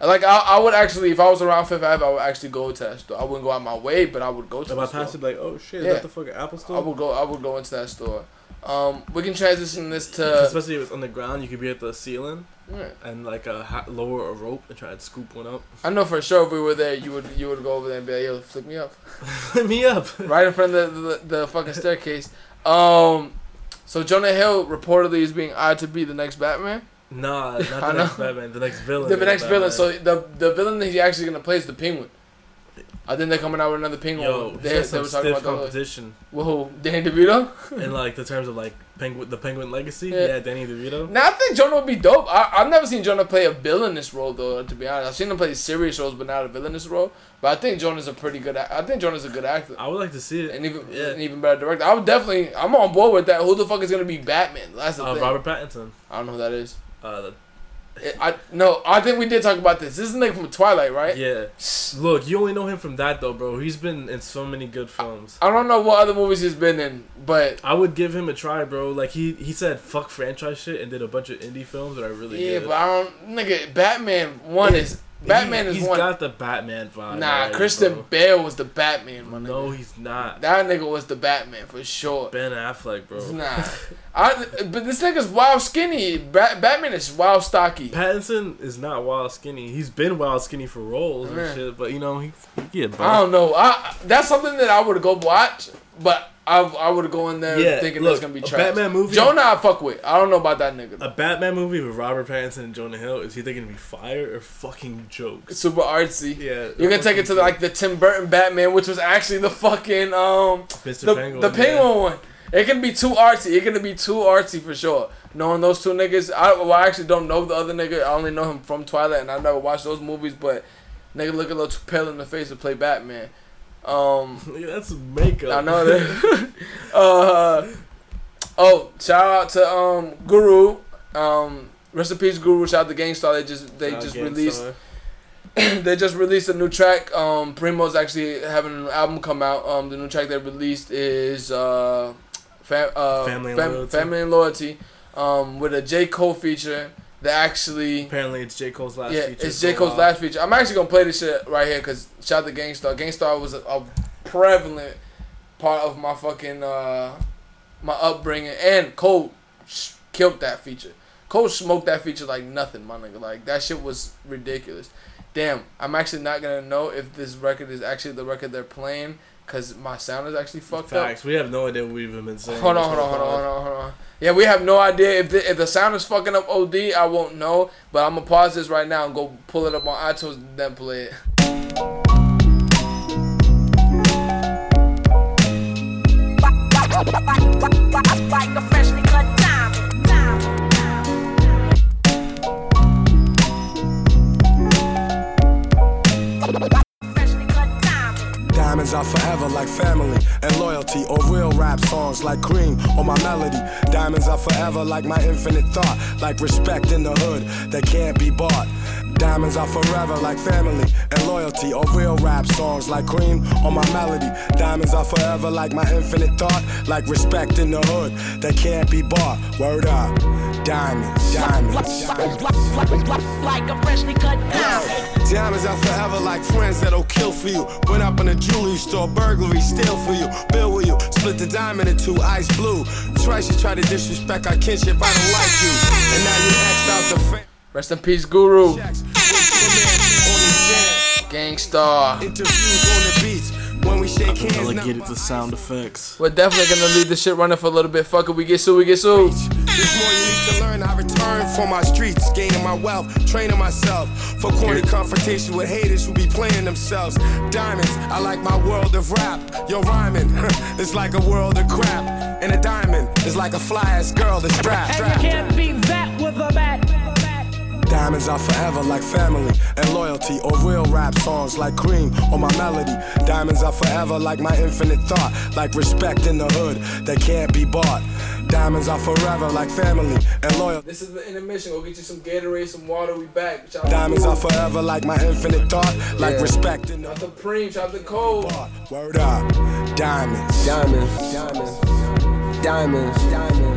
Speaker 3: And, Like I, I would actually, if I was around Fifth Ave, I would actually go to that store. I wouldn't go out my way, but I would go to
Speaker 4: If
Speaker 3: the
Speaker 4: I
Speaker 3: store.
Speaker 4: pass it, like, oh shit,
Speaker 3: Yeah.
Speaker 4: is that the fucking Apple
Speaker 3: I
Speaker 4: store?
Speaker 3: would go. I would go into that store. Um, we can transition this to.
Speaker 4: [laughs] Especially if it's underground, you could be at the ceiling and like uh, ha- lower a rope and try to scoop one up. [laughs]
Speaker 3: I know for sure if we were there, you would you would go over there and be like, "Yo, flick me up,"
Speaker 4: Hit me up.
Speaker 3: right in front of the the, the fucking staircase. Um, so Jonah Hill reportedly is being eyed to be the next Batman. [laughs]
Speaker 4: Nah, not
Speaker 3: I
Speaker 4: the
Speaker 3: know.
Speaker 4: next Batman. The next villain.
Speaker 3: the
Speaker 4: is
Speaker 3: next villain.
Speaker 4: Batman.
Speaker 3: So the the villain that he's actually gonna play is the Penguin. I think they're coming out with another Penguin.
Speaker 4: Yo,
Speaker 3: one.
Speaker 4: he's
Speaker 3: they,
Speaker 4: got
Speaker 3: they
Speaker 4: some
Speaker 3: were talking
Speaker 4: stiff
Speaker 3: about the [laughs]
Speaker 4: competition
Speaker 3: whoa Danny DeVito.
Speaker 4: in like the terms of like penguin, the Penguin Legacy.
Speaker 3: Yeah.
Speaker 4: Yeah, Danny DeVito.
Speaker 3: Now I think Jonah would be dope. I, I've never seen Jonah play a villainous role though. To be honest, I've seen him play serious roles, but not a villainous role. But I think Jonah's a pretty good. ac- I think Jonah's a good actor.
Speaker 4: I would like to see it.
Speaker 3: And even
Speaker 4: yeah.
Speaker 3: an even better director. I would definitely. I'm on board with that. Who the fuck is gonna be Batman? That's the
Speaker 4: uh,
Speaker 3: thing.
Speaker 4: Robert Pattinson.
Speaker 3: I don't know who that is.
Speaker 4: Uh, the
Speaker 3: It- I no. I think we did talk about this. This is the nigga from Twilight, right?
Speaker 4: Yeah. Look, you only know him from that though, bro. He's been in so many good films.
Speaker 3: I don't know what other movies he's been in, but
Speaker 4: I would give him a try, bro. Like he he said fuck franchise shit and did a bunch of indie films that are really
Speaker 3: Yeah,
Speaker 4: good.
Speaker 3: but I don't, nigga. Batman one
Speaker 4: Yeah,
Speaker 3: is Batman
Speaker 4: he,
Speaker 3: is
Speaker 4: has
Speaker 3: one.
Speaker 4: got the Batman vibe.
Speaker 3: nah,
Speaker 4: already,
Speaker 3: Christian
Speaker 4: bro.
Speaker 3: Bale was the Batman. My nigga.
Speaker 4: No, he's not.
Speaker 3: that nigga was the Batman for sure.
Speaker 4: Ben Affleck, bro.
Speaker 3: Nah, I, but this nigga's wild skinny. Ba- Batman is wild stocky.
Speaker 4: Pattinson is not wild skinny. He's been wild skinny for roles
Speaker 3: Yeah.
Speaker 4: and shit, but you know he, he get
Speaker 3: I
Speaker 4: buff.
Speaker 3: don't know. I that's something that I would go watch, but I, I would go in there
Speaker 4: Yeah,
Speaker 3: thinking
Speaker 4: look,
Speaker 3: that's gonna be
Speaker 4: a
Speaker 3: trash.
Speaker 4: Batman movie-
Speaker 3: Jonah, I fuck with. I don't know about that nigga.
Speaker 4: A Batman movie with Robert Pattinson and Jonah Hill is either gonna be fire or fucking jokes.
Speaker 3: Super artsy.
Speaker 4: Yeah,
Speaker 3: you're gonna take it to like the Tim Burton Batman, which was actually the fucking um
Speaker 4: Mr.
Speaker 3: the
Speaker 4: Penguin,
Speaker 3: the penguin
Speaker 4: yeah.
Speaker 3: one. It can be too artsy. It can be too artsy for sure. Knowing those two niggas, I, well, I actually don't know the other nigga. I only know him from Twilight, and I never watched those movies. But nigga look a little too pale in the face to play Batman. Um,
Speaker 4: [laughs] Yeah, that's makeup.
Speaker 3: I know that. [laughs] uh, oh, shout out to um Guru. Um, rest in peace, Guru. Shout out to Gangstar. They just they
Speaker 4: Uh,
Speaker 3: just
Speaker 4: Gangstar.
Speaker 3: released [clears throat] they just released a new track. Um, Primo's actually having an album come out. Um, the new track they released is uh, fam- uh
Speaker 4: Family and Loyalty.
Speaker 3: Family and Loyalty, um, with a J Cole feature. That actually
Speaker 4: Apparently, it's J Cole's last.
Speaker 3: yeah,
Speaker 4: feature
Speaker 3: it's
Speaker 4: for a
Speaker 3: J. Cole's
Speaker 4: while.
Speaker 3: last feature. I'm actually gonna play this shit right here because shout out to Gangstar. Gangstar was a, a prevalent part of my fucking uh, my upbringing, and Cole sh- killed that feature. Cole smoked that feature like nothing, my nigga. Like that shit was ridiculous. Damn, I'm actually not gonna know if this record is actually the record they're playing because my sound is actually fucked up.
Speaker 4: Facts. We have no idea what we've even been saying.
Speaker 3: Hold on, hold on, hold on, hold on, hold on. Yeah, we have no idea if the, if the sound is fucking up OD. I won't know, but I'm gonna pause this right now and go pull it up on iTunes and then play it.
Speaker 6: Like a freshly cut diamond. diamond, diamond. Freshly cut diamond.
Speaker 7: Diamonds are forever like family and loyalty, or real rap songs like cream or my melody. Diamonds are forever like my infinite thought, like respect in the hood that can't be bought. Diamonds are forever like family and loyalty, or real rap songs like cream or my melody. Diamonds are forever like my infinite thought, like respect in the hood that can't be bought. Word up, diamonds, diamonds, diamonds.
Speaker 6: Like a freshly cut diamond.
Speaker 7: [coughs] Diamonds are forever like friends that'll kill for you. Went up in a jewelry store, burglary, steal for you, bill with you. Split the diamond in two, ice blue. Twice you try to disrespect our kinship, I don't like you. And now you act out the fan.
Speaker 3: Rest in peace, Guru,
Speaker 7: On the
Speaker 3: Gangstar.
Speaker 7: jam, interviews on the beats. When we shake hands,
Speaker 4: Gotta
Speaker 7: now
Speaker 4: get it
Speaker 7: my
Speaker 4: to
Speaker 7: eyes
Speaker 4: sound effects.
Speaker 3: We're definitely gonna leave this shit running for a little bit. Fuck it, we get sued, we get sued.
Speaker 7: There's more you need to learn. I return for my streets, gaining my wealth, training myself for corny confrontation with haters who be playing themselves. Diamonds, I like my world of rap. Yo, rhyming [laughs] it's like a world of crap, and a diamond is like a fly ass girl that's strapped.
Speaker 6: Can't be that with a bat.
Speaker 7: Diamonds are forever like family and loyalty, or real rap songs like cream or my melody. Diamonds are forever like my infinite thought, like respect in the hood that can't be bought. Diamonds are forever like family and loyalty.
Speaker 3: This is the intermission. Go get you some Gatorade, some water. We back. Shout out to
Speaker 7: Diamonds
Speaker 3: Guru.
Speaker 7: are forever like my infinite thought, like
Speaker 3: Yeah.
Speaker 7: respect in
Speaker 3: Shout out
Speaker 7: the
Speaker 3: to Preem. Shout out to Cole.
Speaker 7: bar. Word up, diamonds.
Speaker 8: Diamonds, diamonds, diamonds,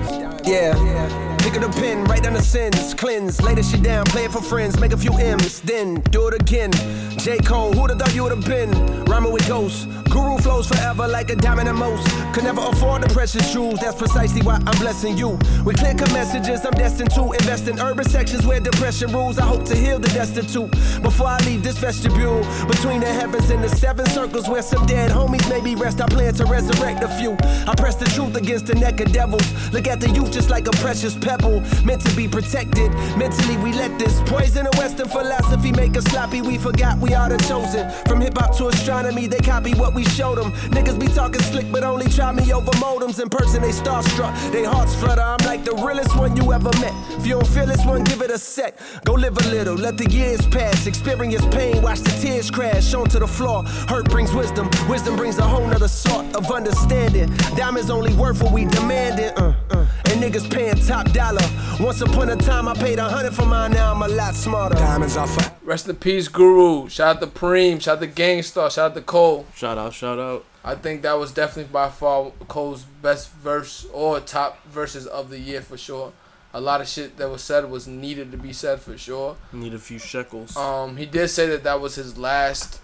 Speaker 8: diamonds. Yeah. Pick up the pen, write down the sins, cleanse, lay this shit down, play it for friends, make a few M's, then do it again. J. Cole, who'da thought you would've been? Rhyming with ghosts. Guru flows forever like a diamond and most. Could never afford the precious jewels, that's precisely why I'm blessing you. With clear cut messages, I'm destined to invest in urban sections where depression rules. I hope to heal the destitute before I leave this vestibule. Between the heavens and the seven circles where some dead homies maybe rest, I plan to resurrect a few. I press the truth against the neck of devils. Look at the youth just like a precious pebble, meant to be protected. Mentally, we let this poison of Western philosophy make us sloppy. We forgot we are the chosen. From hip hop to astronomy, they copy what we showed them. Niggas be talking slick, but only try me over modems. In person, they starstruck, they hearts flutter. I'm like the realest one you ever met. If you don't feel this one, give it a sec. Go live a little, let the years pass. Experience pain, watch the tears crash onto the floor. Hurt brings wisdom, wisdom brings a whole nother sort of understanding. Diamonds only worth what we demand it. Uh, uh. And niggas paying top dollar. Once upon a time, I paid a hundred for mine, now I'm a lot smarter.
Speaker 7: Diamonds are forever.
Speaker 3: Rest in peace, Guru. Shout out to Preem. Shout out to Gangstar. Shout out to Cole.
Speaker 4: Shout out, shout out.
Speaker 3: I think that was definitely by far Cole's best verse or top verses of the year for sure. A lot of shit that was said was needed to be said for sure. Uh,
Speaker 4: Need a few shekels.
Speaker 3: Um, he did say that that was his last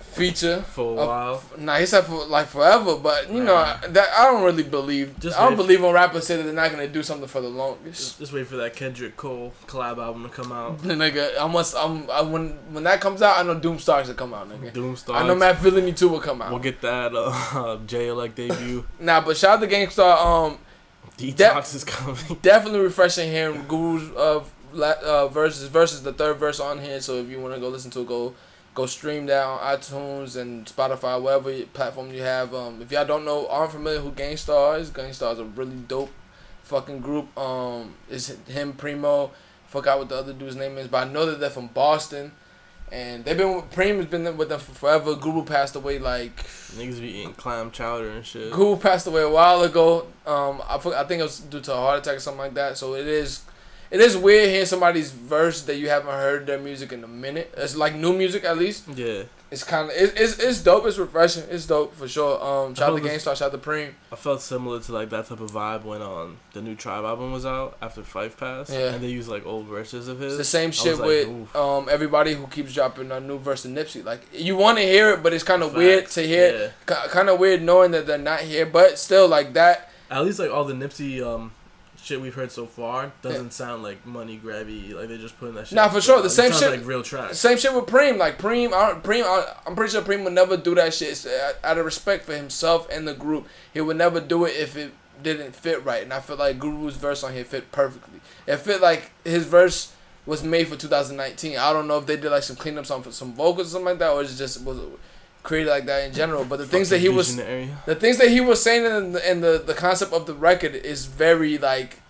Speaker 3: feature
Speaker 4: For a
Speaker 3: of-
Speaker 4: while.
Speaker 3: Nah, he said for like forever, but you know
Speaker 4: Nah.
Speaker 3: I- that I don't really believe.
Speaker 4: Just
Speaker 3: I don't
Speaker 4: wait.
Speaker 3: believe when rappers say that they're not gonna do something for the longest.
Speaker 4: Just wait for that Kendrick Cole collab album to come
Speaker 3: [laughs]
Speaker 4: out.
Speaker 3: Nigga, I must. I'm. I, when when that comes out, I know Doom Stars will come out, nigga.
Speaker 4: Doomstar.
Speaker 3: I know Matt Feeling Me Too will come out.
Speaker 4: We'll get that uh, [laughs] J
Speaker 3: [laughs]
Speaker 4: Elect debut.
Speaker 3: Nah, but shout out to Gangstar. Um,
Speaker 4: Detox is coming. [laughs]
Speaker 3: definitely refreshing hearing Guru's uh, la- uh verses versus the third verse on here. So if you want to go listen to it, go go stream that on iTunes and Spotify, whatever y- platform you have. Um, if y'all don't know, aren't familiar who Gangstar is, Gangstar is a really dope fucking group. Um, it's him, Primo. Forgot what the other dude's name is, but I know that they're from Boston. And they've been with- Primo's been with them for forever. Guru passed away like
Speaker 4: Niggas be eating clam chowder and shit.
Speaker 3: who passed away a while ago. Um, I, fo- I think it was due to a heart attack or something like that. So it is, it is weird hearing somebody's verse that you haven't heard their music in a minute. It's like new music at least.
Speaker 4: Yeah,
Speaker 3: It's kind of it, it's it's dope. It's refreshing. It's dope for sure. Um, shout out to
Speaker 4: hope this-
Speaker 3: GameStar. Shout out to Preem.
Speaker 4: I felt similar to like that type of vibe when um the new Tribe album was out after Fife Pass.
Speaker 3: Yeah.
Speaker 4: and they used like old verses of his.
Speaker 3: It's the same
Speaker 4: was
Speaker 3: shit
Speaker 4: like,
Speaker 3: with
Speaker 4: oof.
Speaker 3: um everybody who keeps dropping a new verse of Nipsey. Like you want to hear it, but it's kind of weird
Speaker 4: Facts,
Speaker 3: to hear. Kind of weird knowing that they're not here, but still like that.
Speaker 4: At least like all the Nipsey um shit we've heard so far doesn't
Speaker 3: Yeah.
Speaker 4: sound like money grabby. Like they're just putting that shit.
Speaker 3: Nah,
Speaker 4: out
Speaker 3: for
Speaker 4: there.
Speaker 3: sure, the
Speaker 4: It
Speaker 3: same
Speaker 4: sounds
Speaker 3: shit-
Speaker 4: Like real tracks.
Speaker 3: Same shit with Preem. Like Preem, I, don't- Preem, I, I'm pretty sure Preem would never do that shit It's, uh, out of respect for himself and the group. He would never do it if it didn't fit right. And I feel like Guru's verse on here fit perfectly. It fit like his verse was made for 2019. I don't know if they did like some cleanups on for some vocals or something like that, or it's just was created like that in general. But the things that he was
Speaker 4: Visionary.
Speaker 3: the things that he was saying in the, in the the concept of the record is very like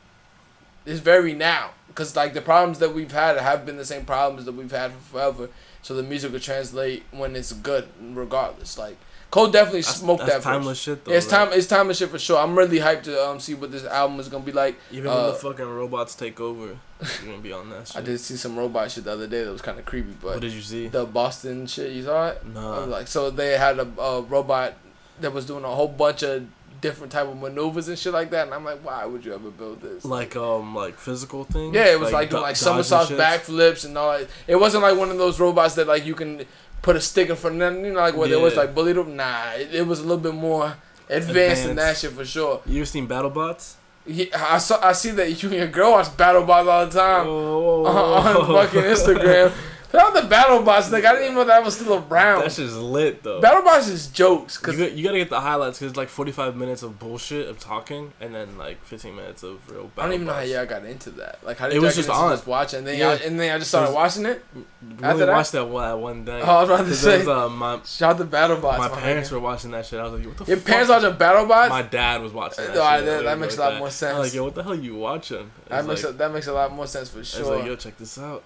Speaker 3: is very now because like the problems that we've had have been the same problems that we've had for forever so the music will translate when it's good regardless like Cole definitely
Speaker 4: That's-
Speaker 3: smoked
Speaker 4: that's
Speaker 3: that verse.
Speaker 4: timeless shit, though,
Speaker 3: Yeah, it's
Speaker 4: like-
Speaker 3: time it's timeless shit for sure I'm really hyped to um see what this album is gonna be like
Speaker 4: Even
Speaker 3: Uh,
Speaker 4: when the fucking robots take over, you're gonna be on that shit.
Speaker 3: I did see some robot shit the other day that was kind of creepy
Speaker 4: What
Speaker 3: but
Speaker 4: did you see?
Speaker 3: the Boston shit you saw it I was
Speaker 4: Nah.
Speaker 3: like so they had a, a robot that was doing a whole bunch of different type of maneuvers and shit like that, and I'm like, why would you ever build this?
Speaker 4: Like um like physical things.
Speaker 3: yeah, it was like, doing
Speaker 4: do-
Speaker 3: like
Speaker 4: dodging
Speaker 3: somersaults,
Speaker 4: shits?
Speaker 3: backflips, and all that. It wasn't like one of those robots that like you can put a stick in front of them, you know, like where there was
Speaker 4: Yeah.
Speaker 3: like bullied up. Nah, it, it was a little bit more advanced, than that
Speaker 4: Advanced.
Speaker 3: shit for sure.
Speaker 4: You ever seen BattleBots?
Speaker 3: He, I saw, I see that you and your girl watch battle bots all the time
Speaker 4: Oh,
Speaker 3: [laughs] Uh-huh, on, on
Speaker 4: [laughs]
Speaker 3: fucking Instagram. Found the battle bots, like I didn't even know that was still around.
Speaker 4: That shit's lit though.
Speaker 3: battle bots is jokes,
Speaker 4: You,
Speaker 3: cause
Speaker 4: got, you gotta get the highlights because it's like 45 minutes of bullshit of talking and then like 15 minutes of real.
Speaker 3: I don't even know how
Speaker 4: BattleBots.
Speaker 3: y'all got into that. Like, how did
Speaker 4: It
Speaker 3: y'all
Speaker 4: was
Speaker 3: get
Speaker 4: just
Speaker 3: into
Speaker 4: on.
Speaker 3: just watching? And then,
Speaker 4: Yeah.
Speaker 3: y'all, and then I just started
Speaker 4: It was-
Speaker 3: watching it.
Speaker 4: We
Speaker 3: After
Speaker 4: only
Speaker 3: that-
Speaker 4: watched that one that one day.
Speaker 3: Oh, [laughs] I was about to
Speaker 4: Because
Speaker 3: say.
Speaker 4: it was, uh, my
Speaker 3: Shout out to Battle Bots.
Speaker 4: my
Speaker 3: my
Speaker 4: parents
Speaker 3: nigga.
Speaker 4: were watching that shit. I was like, yo, what the
Speaker 3: Your
Speaker 4: fuck?
Speaker 3: parents watching Battle Bots?
Speaker 4: My dad was watching that.
Speaker 3: Alright,
Speaker 4: shit.
Speaker 3: that-
Speaker 4: Like,
Speaker 3: that makes a
Speaker 4: like
Speaker 3: lot more sense.
Speaker 4: I was like, yo, what the hell you watching? It was
Speaker 3: that makes
Speaker 4: like,
Speaker 3: a, that makes a lot more sense for
Speaker 4: I was
Speaker 3: sure.
Speaker 4: like, yo, check this out.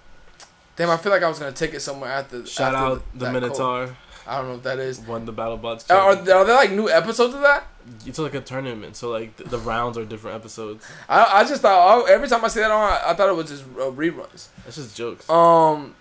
Speaker 3: Damn, I feel like I was gonna take it somewhere after.
Speaker 4: Shout
Speaker 3: after
Speaker 4: out the
Speaker 3: that
Speaker 4: Minotaur
Speaker 3: quote. I don't know if that is.
Speaker 4: won the BattleBots.
Speaker 3: Are, are
Speaker 4: challenge.
Speaker 3: there like new episodes of that?
Speaker 4: It's like a tournament, so like the, the rounds are different episodes.
Speaker 3: I, I just thought oh, every time I see that on, I, I thought it was just uh, reruns.
Speaker 4: That's just jokes.
Speaker 3: Um,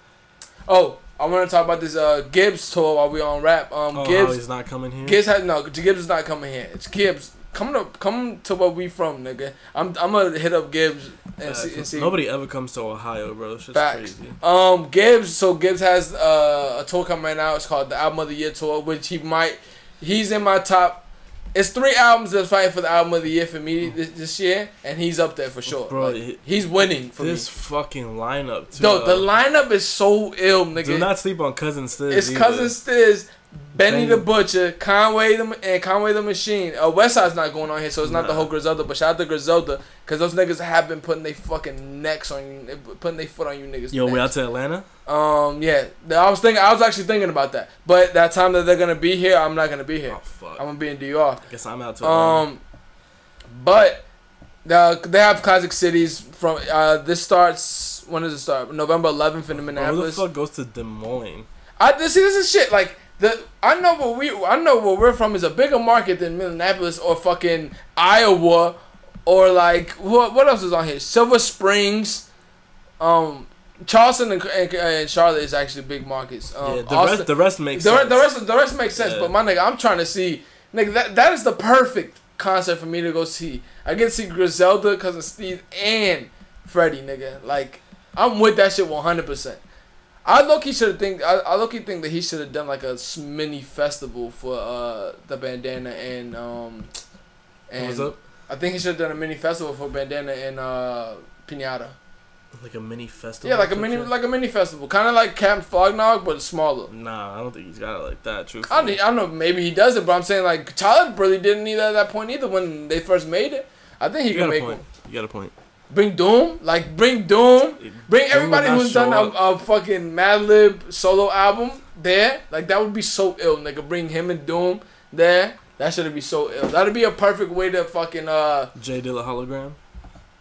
Speaker 3: oh, I want to talk about this uh Gibbs tour while we on rap. Um,
Speaker 4: oh, how
Speaker 3: Gibbs
Speaker 4: he's not coming here.
Speaker 3: Gibbs has no. Gibbs is not coming here. It's Gibbs. Come to come to where we from, nigga. I'm I'm gonna hit up Gibbs and
Speaker 4: Facts.
Speaker 3: see. And see.
Speaker 4: Nobody ever comes to Ohio, bro. That's
Speaker 3: Facts.
Speaker 4: crazy.
Speaker 3: Um, Gibbs. So Gibbs has uh, a tour coming out. It's called the Album of the Year tour, which he might. He's in my top. It's three albums that's fighting for the Album of the Year for me this, this year, and he's up there for sure.
Speaker 4: Mm. Bro,
Speaker 3: Like,
Speaker 4: he-
Speaker 3: he's winning for
Speaker 4: This
Speaker 3: me.
Speaker 4: fucking lineup, too.
Speaker 3: No, the lineup is so ill, nigga.
Speaker 4: Do not sleep on cousin Stiz.
Speaker 3: It's
Speaker 4: either.
Speaker 3: cousin Stiz, Benny
Speaker 4: Benny.
Speaker 3: the Butcher, Conway the and Conway the Machine. Uh, Westside's not going on here, so it's not the
Speaker 4: Nah.
Speaker 3: whole Griselda. But shout out to Griselda, cause those niggas have been putting their fucking necks on you, putting their foot on you niggas.
Speaker 4: Yo, we out
Speaker 3: necks.
Speaker 4: to Atlanta.
Speaker 3: Um, yeah, Th- I was thinking, I was actually thinking about that, but that time that they're gonna be here, I'm not gonna be here.
Speaker 4: Oh fuck.
Speaker 3: I'm gonna be in DR.
Speaker 4: Guess I'm out to Atlanta.
Speaker 3: Um, but uh, they have classic cities from. Uh, this starts when does it start? November 11th in
Speaker 4: Bro, who the
Speaker 3: Minneapolis.
Speaker 4: fuck goes to Des Moines?
Speaker 3: I this, see this is shit like the I know where we I know where we're from is a bigger market than Minneapolis or fucking Iowa or like what what else is on here Silver Springs, um Charleston and, and, and Charlotte is actually big markets. Um,
Speaker 4: yeah, the
Speaker 3: Austin-
Speaker 4: rest, the rest makes
Speaker 3: the, re-
Speaker 4: sense.
Speaker 3: the rest the rest makes sense,
Speaker 4: Yeah.
Speaker 3: but my nigga, I'm trying to see nigga that that is the perfect concert for me to go see. I get to see Griselda, cousin Steve, and Freddie, nigga. Like I'm with that shit 100. percent I low key should have think I, I low key think that he should have done like a s- mini festival for uh the bandana and um and
Speaker 4: What's up?
Speaker 3: I think he should have done a mini festival for bandana and uh pinata.
Speaker 4: Like a mini festival.
Speaker 3: Yeah, like a
Speaker 4: type
Speaker 3: mini
Speaker 4: shit?
Speaker 3: like a mini festival, kind of like Camp Fognog but smaller.
Speaker 4: Nah, I don't think he's got it like that. Truthfully.
Speaker 3: I don't, I don't know. Maybe he does it, but I'm saying like Tyler really didn't either at that point either when they first made it. I think he
Speaker 4: you
Speaker 3: can
Speaker 4: got a
Speaker 3: make
Speaker 4: point.
Speaker 3: one.
Speaker 4: You got a point.
Speaker 3: Bring Doom, like bring Doom, bring
Speaker 4: Doom
Speaker 3: everybody
Speaker 4: would not
Speaker 3: who's done
Speaker 4: show
Speaker 3: a, a fucking Madlib solo album there. Like that would be so ill, nigga. Bring him and Doom there. That should be so ill. That'd be a perfect way to fucking uh
Speaker 4: Jay did a hologram.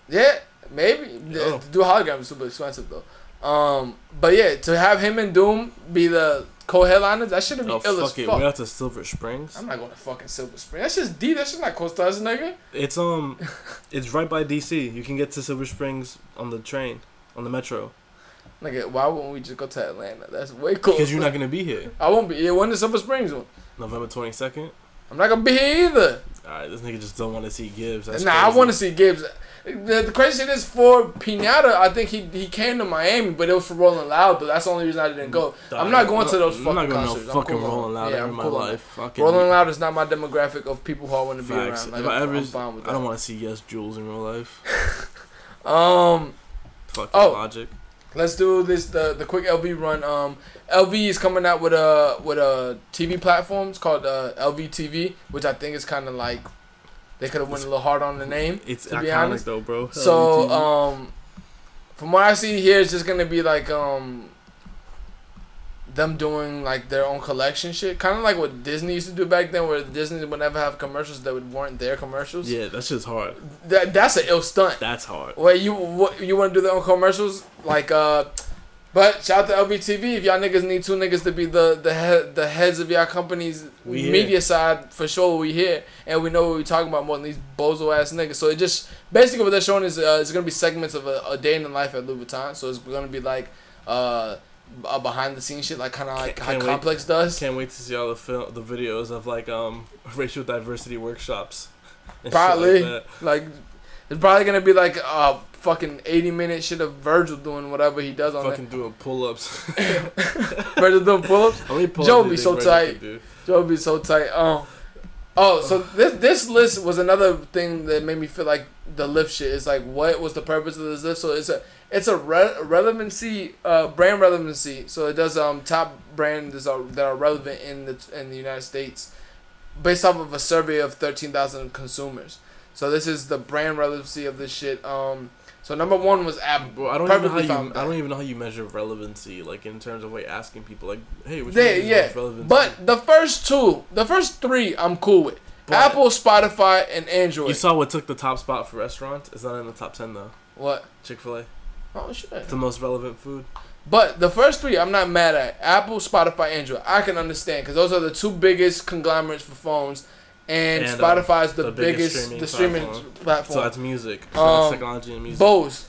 Speaker 3: yeah maybe
Speaker 4: No.
Speaker 3: yeah, do hologram is super expensive though. Um, but yeah, to have him and Doom be the co-headliners, that should be
Speaker 4: Oh
Speaker 3: ill as
Speaker 4: fuck it,
Speaker 3: fuck.
Speaker 4: we're out to Silver Springs.
Speaker 3: I'm not going to fucking Silver Spring. That's just deep. That's just not close to us, nigga.
Speaker 4: It's um,
Speaker 3: [laughs]
Speaker 4: it's right by DC. You can get to Silver Springs on the train, on the metro.
Speaker 3: Nigga, why wouldn't we just go to Atlanta? That's way close.
Speaker 4: Because you're not gonna be here
Speaker 3: I won't be. Yeah, when the Silver Springs one?
Speaker 4: November twenty second.
Speaker 3: I'm not gonna be here either.
Speaker 4: All right, this nigga just don't want to see Gibbs. That's
Speaker 3: nah, I
Speaker 4: crazy.
Speaker 3: want to see Gibbs. The, the crazy thing is for Pinata, I think he he came to Miami, but it was for Rolling Loud. But that's the only reason I didn't go.
Speaker 4: Nah,
Speaker 3: I'm not going to those
Speaker 4: I'm
Speaker 3: fucking
Speaker 4: not going to
Speaker 3: concerts.
Speaker 4: no
Speaker 3: I'm
Speaker 4: fucking
Speaker 3: cool on-
Speaker 4: Rolling Loud
Speaker 3: yeah,
Speaker 4: ever
Speaker 3: I'm
Speaker 4: in my
Speaker 3: cool on
Speaker 4: life.
Speaker 3: that.
Speaker 4: Fucking
Speaker 3: Rolling Loud is not my demographic of people who I want to be
Speaker 4: Facts.
Speaker 3: around. Like,
Speaker 4: if I
Speaker 3: I'm,
Speaker 4: ever,
Speaker 3: I'm fine with that.
Speaker 4: I don't want to see Yes Jules in real life.
Speaker 3: um,
Speaker 4: Fucking
Speaker 3: Oh.
Speaker 4: logic.
Speaker 3: Let's do this the the quick LV run. Um, LV is coming out with a with a TV platform. It's called uh, LV TV, which I think is kind of like they could have went a little hard on the name.
Speaker 4: It's
Speaker 3: to
Speaker 4: iconic
Speaker 3: be honest.
Speaker 4: though, bro.
Speaker 3: So
Speaker 4: LVTV.
Speaker 3: um, from what I see here, it's just gonna be like um, them doing like their own collection shit, kind of like what Disney used to do back then, where Disney would never have commercials that would weren't their commercials.
Speaker 4: yeah, that's just hard.
Speaker 3: that, that's an ill stunt.
Speaker 4: That's hard.
Speaker 3: Well, you what you want to do their own commercials like uh, but shout out to LBTV if y'all niggas need two niggas to be the the head the heads of y'all companies
Speaker 4: We here.
Speaker 3: media side for sure we here and we know what we talking about more than these bozo ass niggas. So it just basically what they're showing is uh, it's gonna be segments of a, a day in the life at Louis Vuitton. So it's gonna be like uh. A behind the scenes shit, like kind of like
Speaker 4: Can't-
Speaker 3: how
Speaker 4: can't wait.
Speaker 3: Complex does.
Speaker 4: Can't wait to see all the film, the videos of like um [laughs] racial diversity workshops. and shit like
Speaker 3: Probably.
Speaker 4: that.
Speaker 3: Like, it's probably gonna be like uh fucking eighty minute shit of Virgil doing whatever he does on
Speaker 4: Fucking doing pull-ups.
Speaker 3: [laughs]
Speaker 4: [laughs]
Speaker 3: that. Virgil doing pull ups.
Speaker 4: How many pull-ups
Speaker 3: Joe
Speaker 4: do you
Speaker 3: be
Speaker 4: think
Speaker 3: so
Speaker 4: Reddit
Speaker 3: tight.
Speaker 4: could do?
Speaker 3: Joe be so tight. Um, oh, so this this list was another thing that made me feel like the lift shit is like what was the purpose of this lift? So it's a it's a re- relevancy uh, brand relevancy. So it does um top brands that are, that are relevant in the in the United States, based off of a survey of thirteen thousand consumers. So this is the brand relevancy of this shit. Um, so number one was Apple.
Speaker 4: Bro, I don't
Speaker 3: Perfectly
Speaker 4: even know how
Speaker 3: found
Speaker 4: you.
Speaker 3: that.
Speaker 4: I don't even know how you measure relevancy, like in terms of like asking people, like, hey, which
Speaker 3: They,
Speaker 4: one is
Speaker 3: yeah,
Speaker 4: most relevant?
Speaker 3: but the first two, the first three, I'm cool with.
Speaker 4: But-
Speaker 3: Apple, Spotify, and Android.
Speaker 4: you saw what took the top spot for restaurants. It's not in the top ten though.
Speaker 3: What?
Speaker 4: Chick Fil A,
Speaker 3: Oh shit.
Speaker 4: the most relevant food.
Speaker 3: But the first three, I'm not mad at Apple, Spotify, Android. I can understand because those are the two biggest conglomerates for phones, and,
Speaker 4: And, uh,
Speaker 3: Spotify is the,
Speaker 4: the biggest
Speaker 3: biggest, the
Speaker 4: streaming
Speaker 3: streaming
Speaker 4: platform.
Speaker 3: platform.
Speaker 4: So that's music, so
Speaker 3: Um,
Speaker 4: that's technology and music.
Speaker 3: Bose.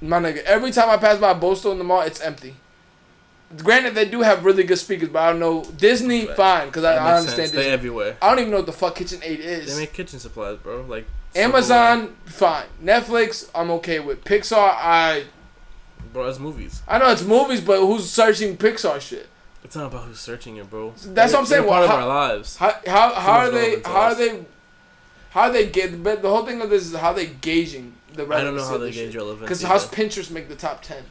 Speaker 3: My nigga, every time I pass by Bose store in the mall, it's empty. Granted, they do have really good speakers, but I don't know Disney.
Speaker 4: Right.
Speaker 3: Fine, because I,
Speaker 4: That
Speaker 3: I
Speaker 4: makes
Speaker 3: understand
Speaker 4: sense. They
Speaker 3: Disney.
Speaker 4: everywhere.
Speaker 3: I don't even know what the fuck Kitchen Aid is.
Speaker 4: They make kitchen supplies, bro. Like
Speaker 3: Amazon, fine. Netflix, I'm okay with. Pixar, I
Speaker 4: Silverlight, bro. It's movies.
Speaker 3: I know it's movies, but who's searching Pixar shit?
Speaker 4: It's not about who's searching it, bro.
Speaker 3: That's what I'm
Speaker 4: They're
Speaker 3: saying.
Speaker 4: Part
Speaker 3: Well,
Speaker 4: of
Speaker 3: how-
Speaker 4: our lives.
Speaker 3: How how, how are
Speaker 4: much
Speaker 3: they?
Speaker 4: relevance to
Speaker 3: How are
Speaker 4: us.
Speaker 3: they? How are they get? But the whole thing of this is how they gauging the
Speaker 4: I don't know
Speaker 3: relevancy
Speaker 4: how
Speaker 3: of
Speaker 4: they
Speaker 3: this
Speaker 4: gauge
Speaker 3: shit.
Speaker 4: relevance.
Speaker 3: Because
Speaker 4: either.
Speaker 3: how's Pinterest make the top ten?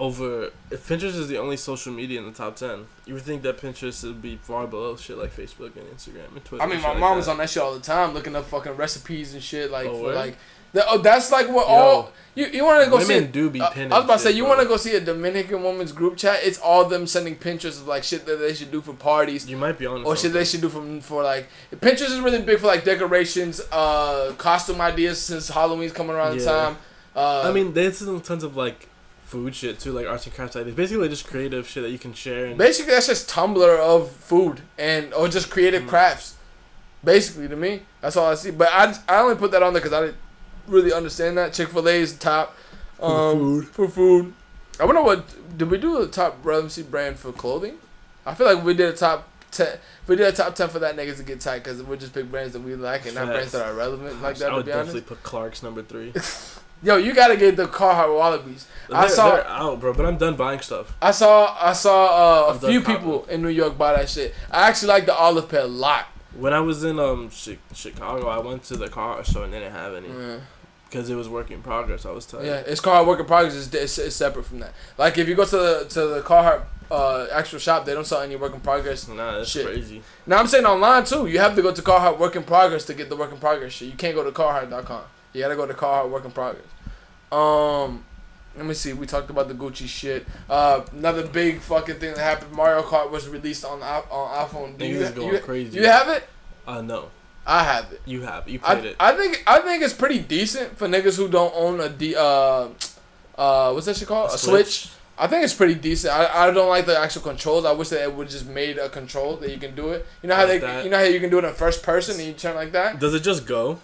Speaker 4: over if Pinterest is the only social media in the top ten, you would think that Pinterest would be far below shit like Facebook and Instagram and Twitter.
Speaker 3: I mean,
Speaker 4: and
Speaker 3: my
Speaker 4: shit
Speaker 3: mom
Speaker 4: like
Speaker 3: was
Speaker 4: that.
Speaker 3: on that shit all the time, looking up fucking recipes and shit like
Speaker 4: Oh,
Speaker 3: for
Speaker 4: word?
Speaker 3: like. The, oh, that's like what all you you want to go see.
Speaker 4: Women do be
Speaker 3: uh, I
Speaker 4: pinning
Speaker 3: was about to say
Speaker 4: shit,
Speaker 3: you
Speaker 4: bro.
Speaker 3: want to go see a Dominican woman's group chat. It's all them sending Pinterest of like shit that they should do for parties.
Speaker 4: You might be on.
Speaker 3: Or shit they should do from for like Pinterest is really big for like decorations, uh, costume ideas since Halloween's coming around the
Speaker 4: Yeah.
Speaker 3: time. Uh,
Speaker 4: I mean, there's tons of like food shit too, like arts and crafts ideas. Basically, just creative shit that you can share. And
Speaker 3: basically that's just Tumblr of food and or just
Speaker 4: Mm.
Speaker 3: creative crafts. Basically, to me, that's all I see. But I, I only put that on there because I didn't really understand that Chick Fil A is top um,
Speaker 4: food.
Speaker 3: for food. I wonder what did we do a top relevancy brand for clothing? I feel like we did a top ten. if We did a top ten for that niggas to get tight because we're just big brands that we like and not brands
Speaker 4: Facts.
Speaker 3: that are relevant like that.
Speaker 4: I
Speaker 3: To
Speaker 4: would
Speaker 3: be honest,
Speaker 4: definitely put Clark's number three.
Speaker 3: Yo, you gotta get the Carhartt Wallabies. [laughs] I
Speaker 4: They're-
Speaker 3: saw
Speaker 4: they're out, bro. But I'm done buying stuff.
Speaker 3: I saw I saw uh,
Speaker 4: I've
Speaker 3: a
Speaker 4: done
Speaker 3: few
Speaker 4: cotton.
Speaker 3: people in New York buy that shit. I actually like the olive pair a lot.
Speaker 4: When I was in um Chi- Chicago, I went to the Carhartt store and they didn't have any
Speaker 3: Yeah,
Speaker 4: because it was work in progress. I was tired.
Speaker 3: yeah. It's Carhartt work in progress. It's, it's, it's separate from that. Like if you go to the to the Carhartt uh, actual shop, they don't sell any work in progress.
Speaker 4: Nah, that's
Speaker 3: Shit.
Speaker 4: crazy.
Speaker 3: Now I'm saying online too. You have to go to Carhartt work in progress to get the work in progress shit. You can't go to Carhartt.com. You gotta go to Carhartt work in progress. Um, let me see. We talked about the Gucci shit. Uh, another big fucking thing that happened. Mario Kart was released on i- on iPhone. Do
Speaker 4: Niggas
Speaker 3: you,
Speaker 4: is going
Speaker 3: you-
Speaker 4: crazy.
Speaker 3: You have it?
Speaker 4: Uh, no,
Speaker 3: I have it.
Speaker 4: you have you played
Speaker 3: I,
Speaker 4: it.
Speaker 3: I think I think it's pretty decent for niggas who don't own a D, uh, uh, what's that shit called? A, switch. I think it's pretty decent. I, I don't like the actual controls. I wish that it would just made a control that you can do it. You know how
Speaker 4: Like
Speaker 3: they,
Speaker 4: that.
Speaker 3: you know how you can do it in first person and you turn like that.
Speaker 4: Does it just go?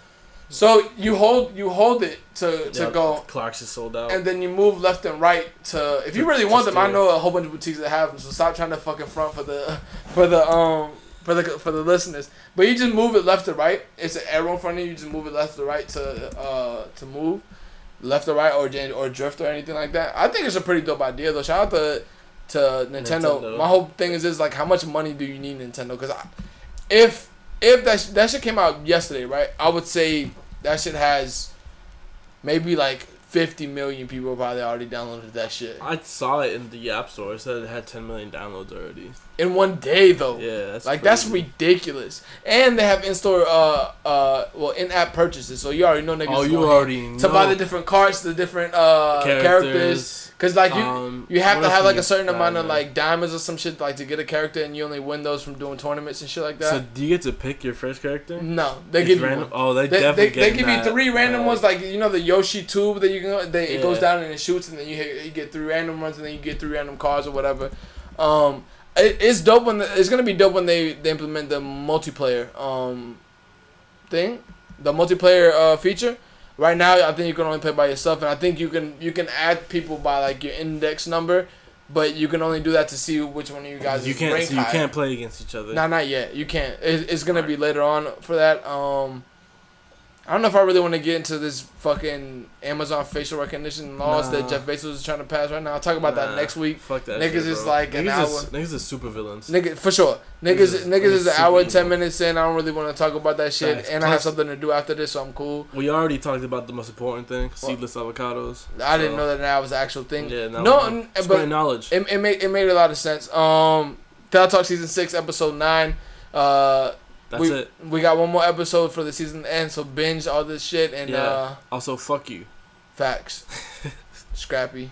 Speaker 3: So you hold you hold it to to
Speaker 4: Yeah,
Speaker 3: go,
Speaker 4: Clarks is sold out.
Speaker 3: and then you move left and right to. If you
Speaker 4: To-
Speaker 3: really
Speaker 4: to
Speaker 3: want them, I
Speaker 4: steer.
Speaker 3: know a whole bunch of boutiques that have them. So stop trying to fucking front for the for the um. For the, for the listeners, but you just move it left to right. It's an arrow in front of you. You just move it left to right to uh to move, left to right or jan- or drift or anything like that. I think it's a pretty dope idea though. Shout out to to Nintendo.
Speaker 4: Nintendo.
Speaker 3: My whole thing is is like how much money do you need Nintendo? Because if if that sh- that shit came out yesterday, right? I would say that shit has maybe like 50 million people probably already downloaded that shit
Speaker 4: I saw it in the App Store. It said it had 10 million downloads already.
Speaker 3: in one day though.
Speaker 4: Yeah, that's
Speaker 3: like that's
Speaker 4: crazy.
Speaker 3: ridiculous. And they have in-store uh uh well in-app purchases, so you already know niggas.
Speaker 4: Oh,
Speaker 3: is
Speaker 4: you
Speaker 3: going
Speaker 4: already know.
Speaker 3: to buy the different carts, the different uh characters.
Speaker 4: Characters,
Speaker 3: Cause like you,
Speaker 4: um,
Speaker 3: you have to
Speaker 4: what else
Speaker 3: have
Speaker 4: do
Speaker 3: like
Speaker 4: you
Speaker 3: a certain
Speaker 4: buy
Speaker 3: amount of
Speaker 4: now?
Speaker 3: like diamonds or some shit like to get a character, and you only win those from doing tournaments and shit like that.
Speaker 4: So do you get to pick your first character?
Speaker 3: no, Mm-hmm. they
Speaker 4: It's
Speaker 3: give you
Speaker 4: random.
Speaker 3: one.
Speaker 4: Oh, they,
Speaker 3: They,
Speaker 4: definitely
Speaker 3: they, they
Speaker 4: getting
Speaker 3: give
Speaker 4: that,
Speaker 3: you three random
Speaker 4: uh,
Speaker 3: ones, like you know the Yoshi tube that you can. They, It goes
Speaker 4: Yeah.
Speaker 3: down and it shoots, and then you hit, you get three random ones, and then you get three random cars or whatever. Um, it, it's dope when the, it's gonna be dope when they, they implement the multiplayer um thing, the multiplayer uh, feature. Right now, I think you can only play by yourself, and I think you can you can add people by like your index number, but you can only do that to see which one of you guys
Speaker 4: You
Speaker 3: is
Speaker 4: can't.
Speaker 3: ranked
Speaker 4: So you
Speaker 3: higher.
Speaker 4: can't play against each other.
Speaker 3: No, not yet. You can't. It, it's gonna be later on for that. Um, I don't know if I really want to get into this fucking Amazon facial recognition laws
Speaker 4: Nah.
Speaker 3: that Jeff Bezos is trying to pass right now. I'll talk about
Speaker 4: Nah,
Speaker 3: that next week.
Speaker 4: Fuck that.
Speaker 3: Niggas
Speaker 4: shit,
Speaker 3: is
Speaker 4: bro.
Speaker 3: like an
Speaker 4: niggas Is,
Speaker 3: hour.
Speaker 4: niggas is super villains.
Speaker 3: Nigga, for sure.
Speaker 4: Jesus,
Speaker 3: Niggas, niggas is an
Speaker 4: super
Speaker 3: hour and ten
Speaker 4: evil.
Speaker 3: minutes in. I don't really want to talk about that shit,
Speaker 4: Facts.
Speaker 3: and I have
Speaker 4: Plus-
Speaker 3: something to do after this, so I'm cool.
Speaker 4: we already talked about the most important thing: seedless avocados.
Speaker 3: I didn't
Speaker 4: So,
Speaker 3: know that that was the actual thing.
Speaker 4: Yeah, no,
Speaker 3: no,
Speaker 4: no.
Speaker 3: n-
Speaker 4: Spread
Speaker 3: but
Speaker 4: knowledge.
Speaker 3: It, it made it made a lot of sense. Um, Tell Talk season six, episode nine. Uh,
Speaker 4: That's
Speaker 3: we,
Speaker 4: it.
Speaker 3: We got one more episode for the season to end, so binge all this shit and
Speaker 4: Yeah.
Speaker 3: uh,
Speaker 4: [laughs] Also, fuck you.
Speaker 3: facts. Scrappy.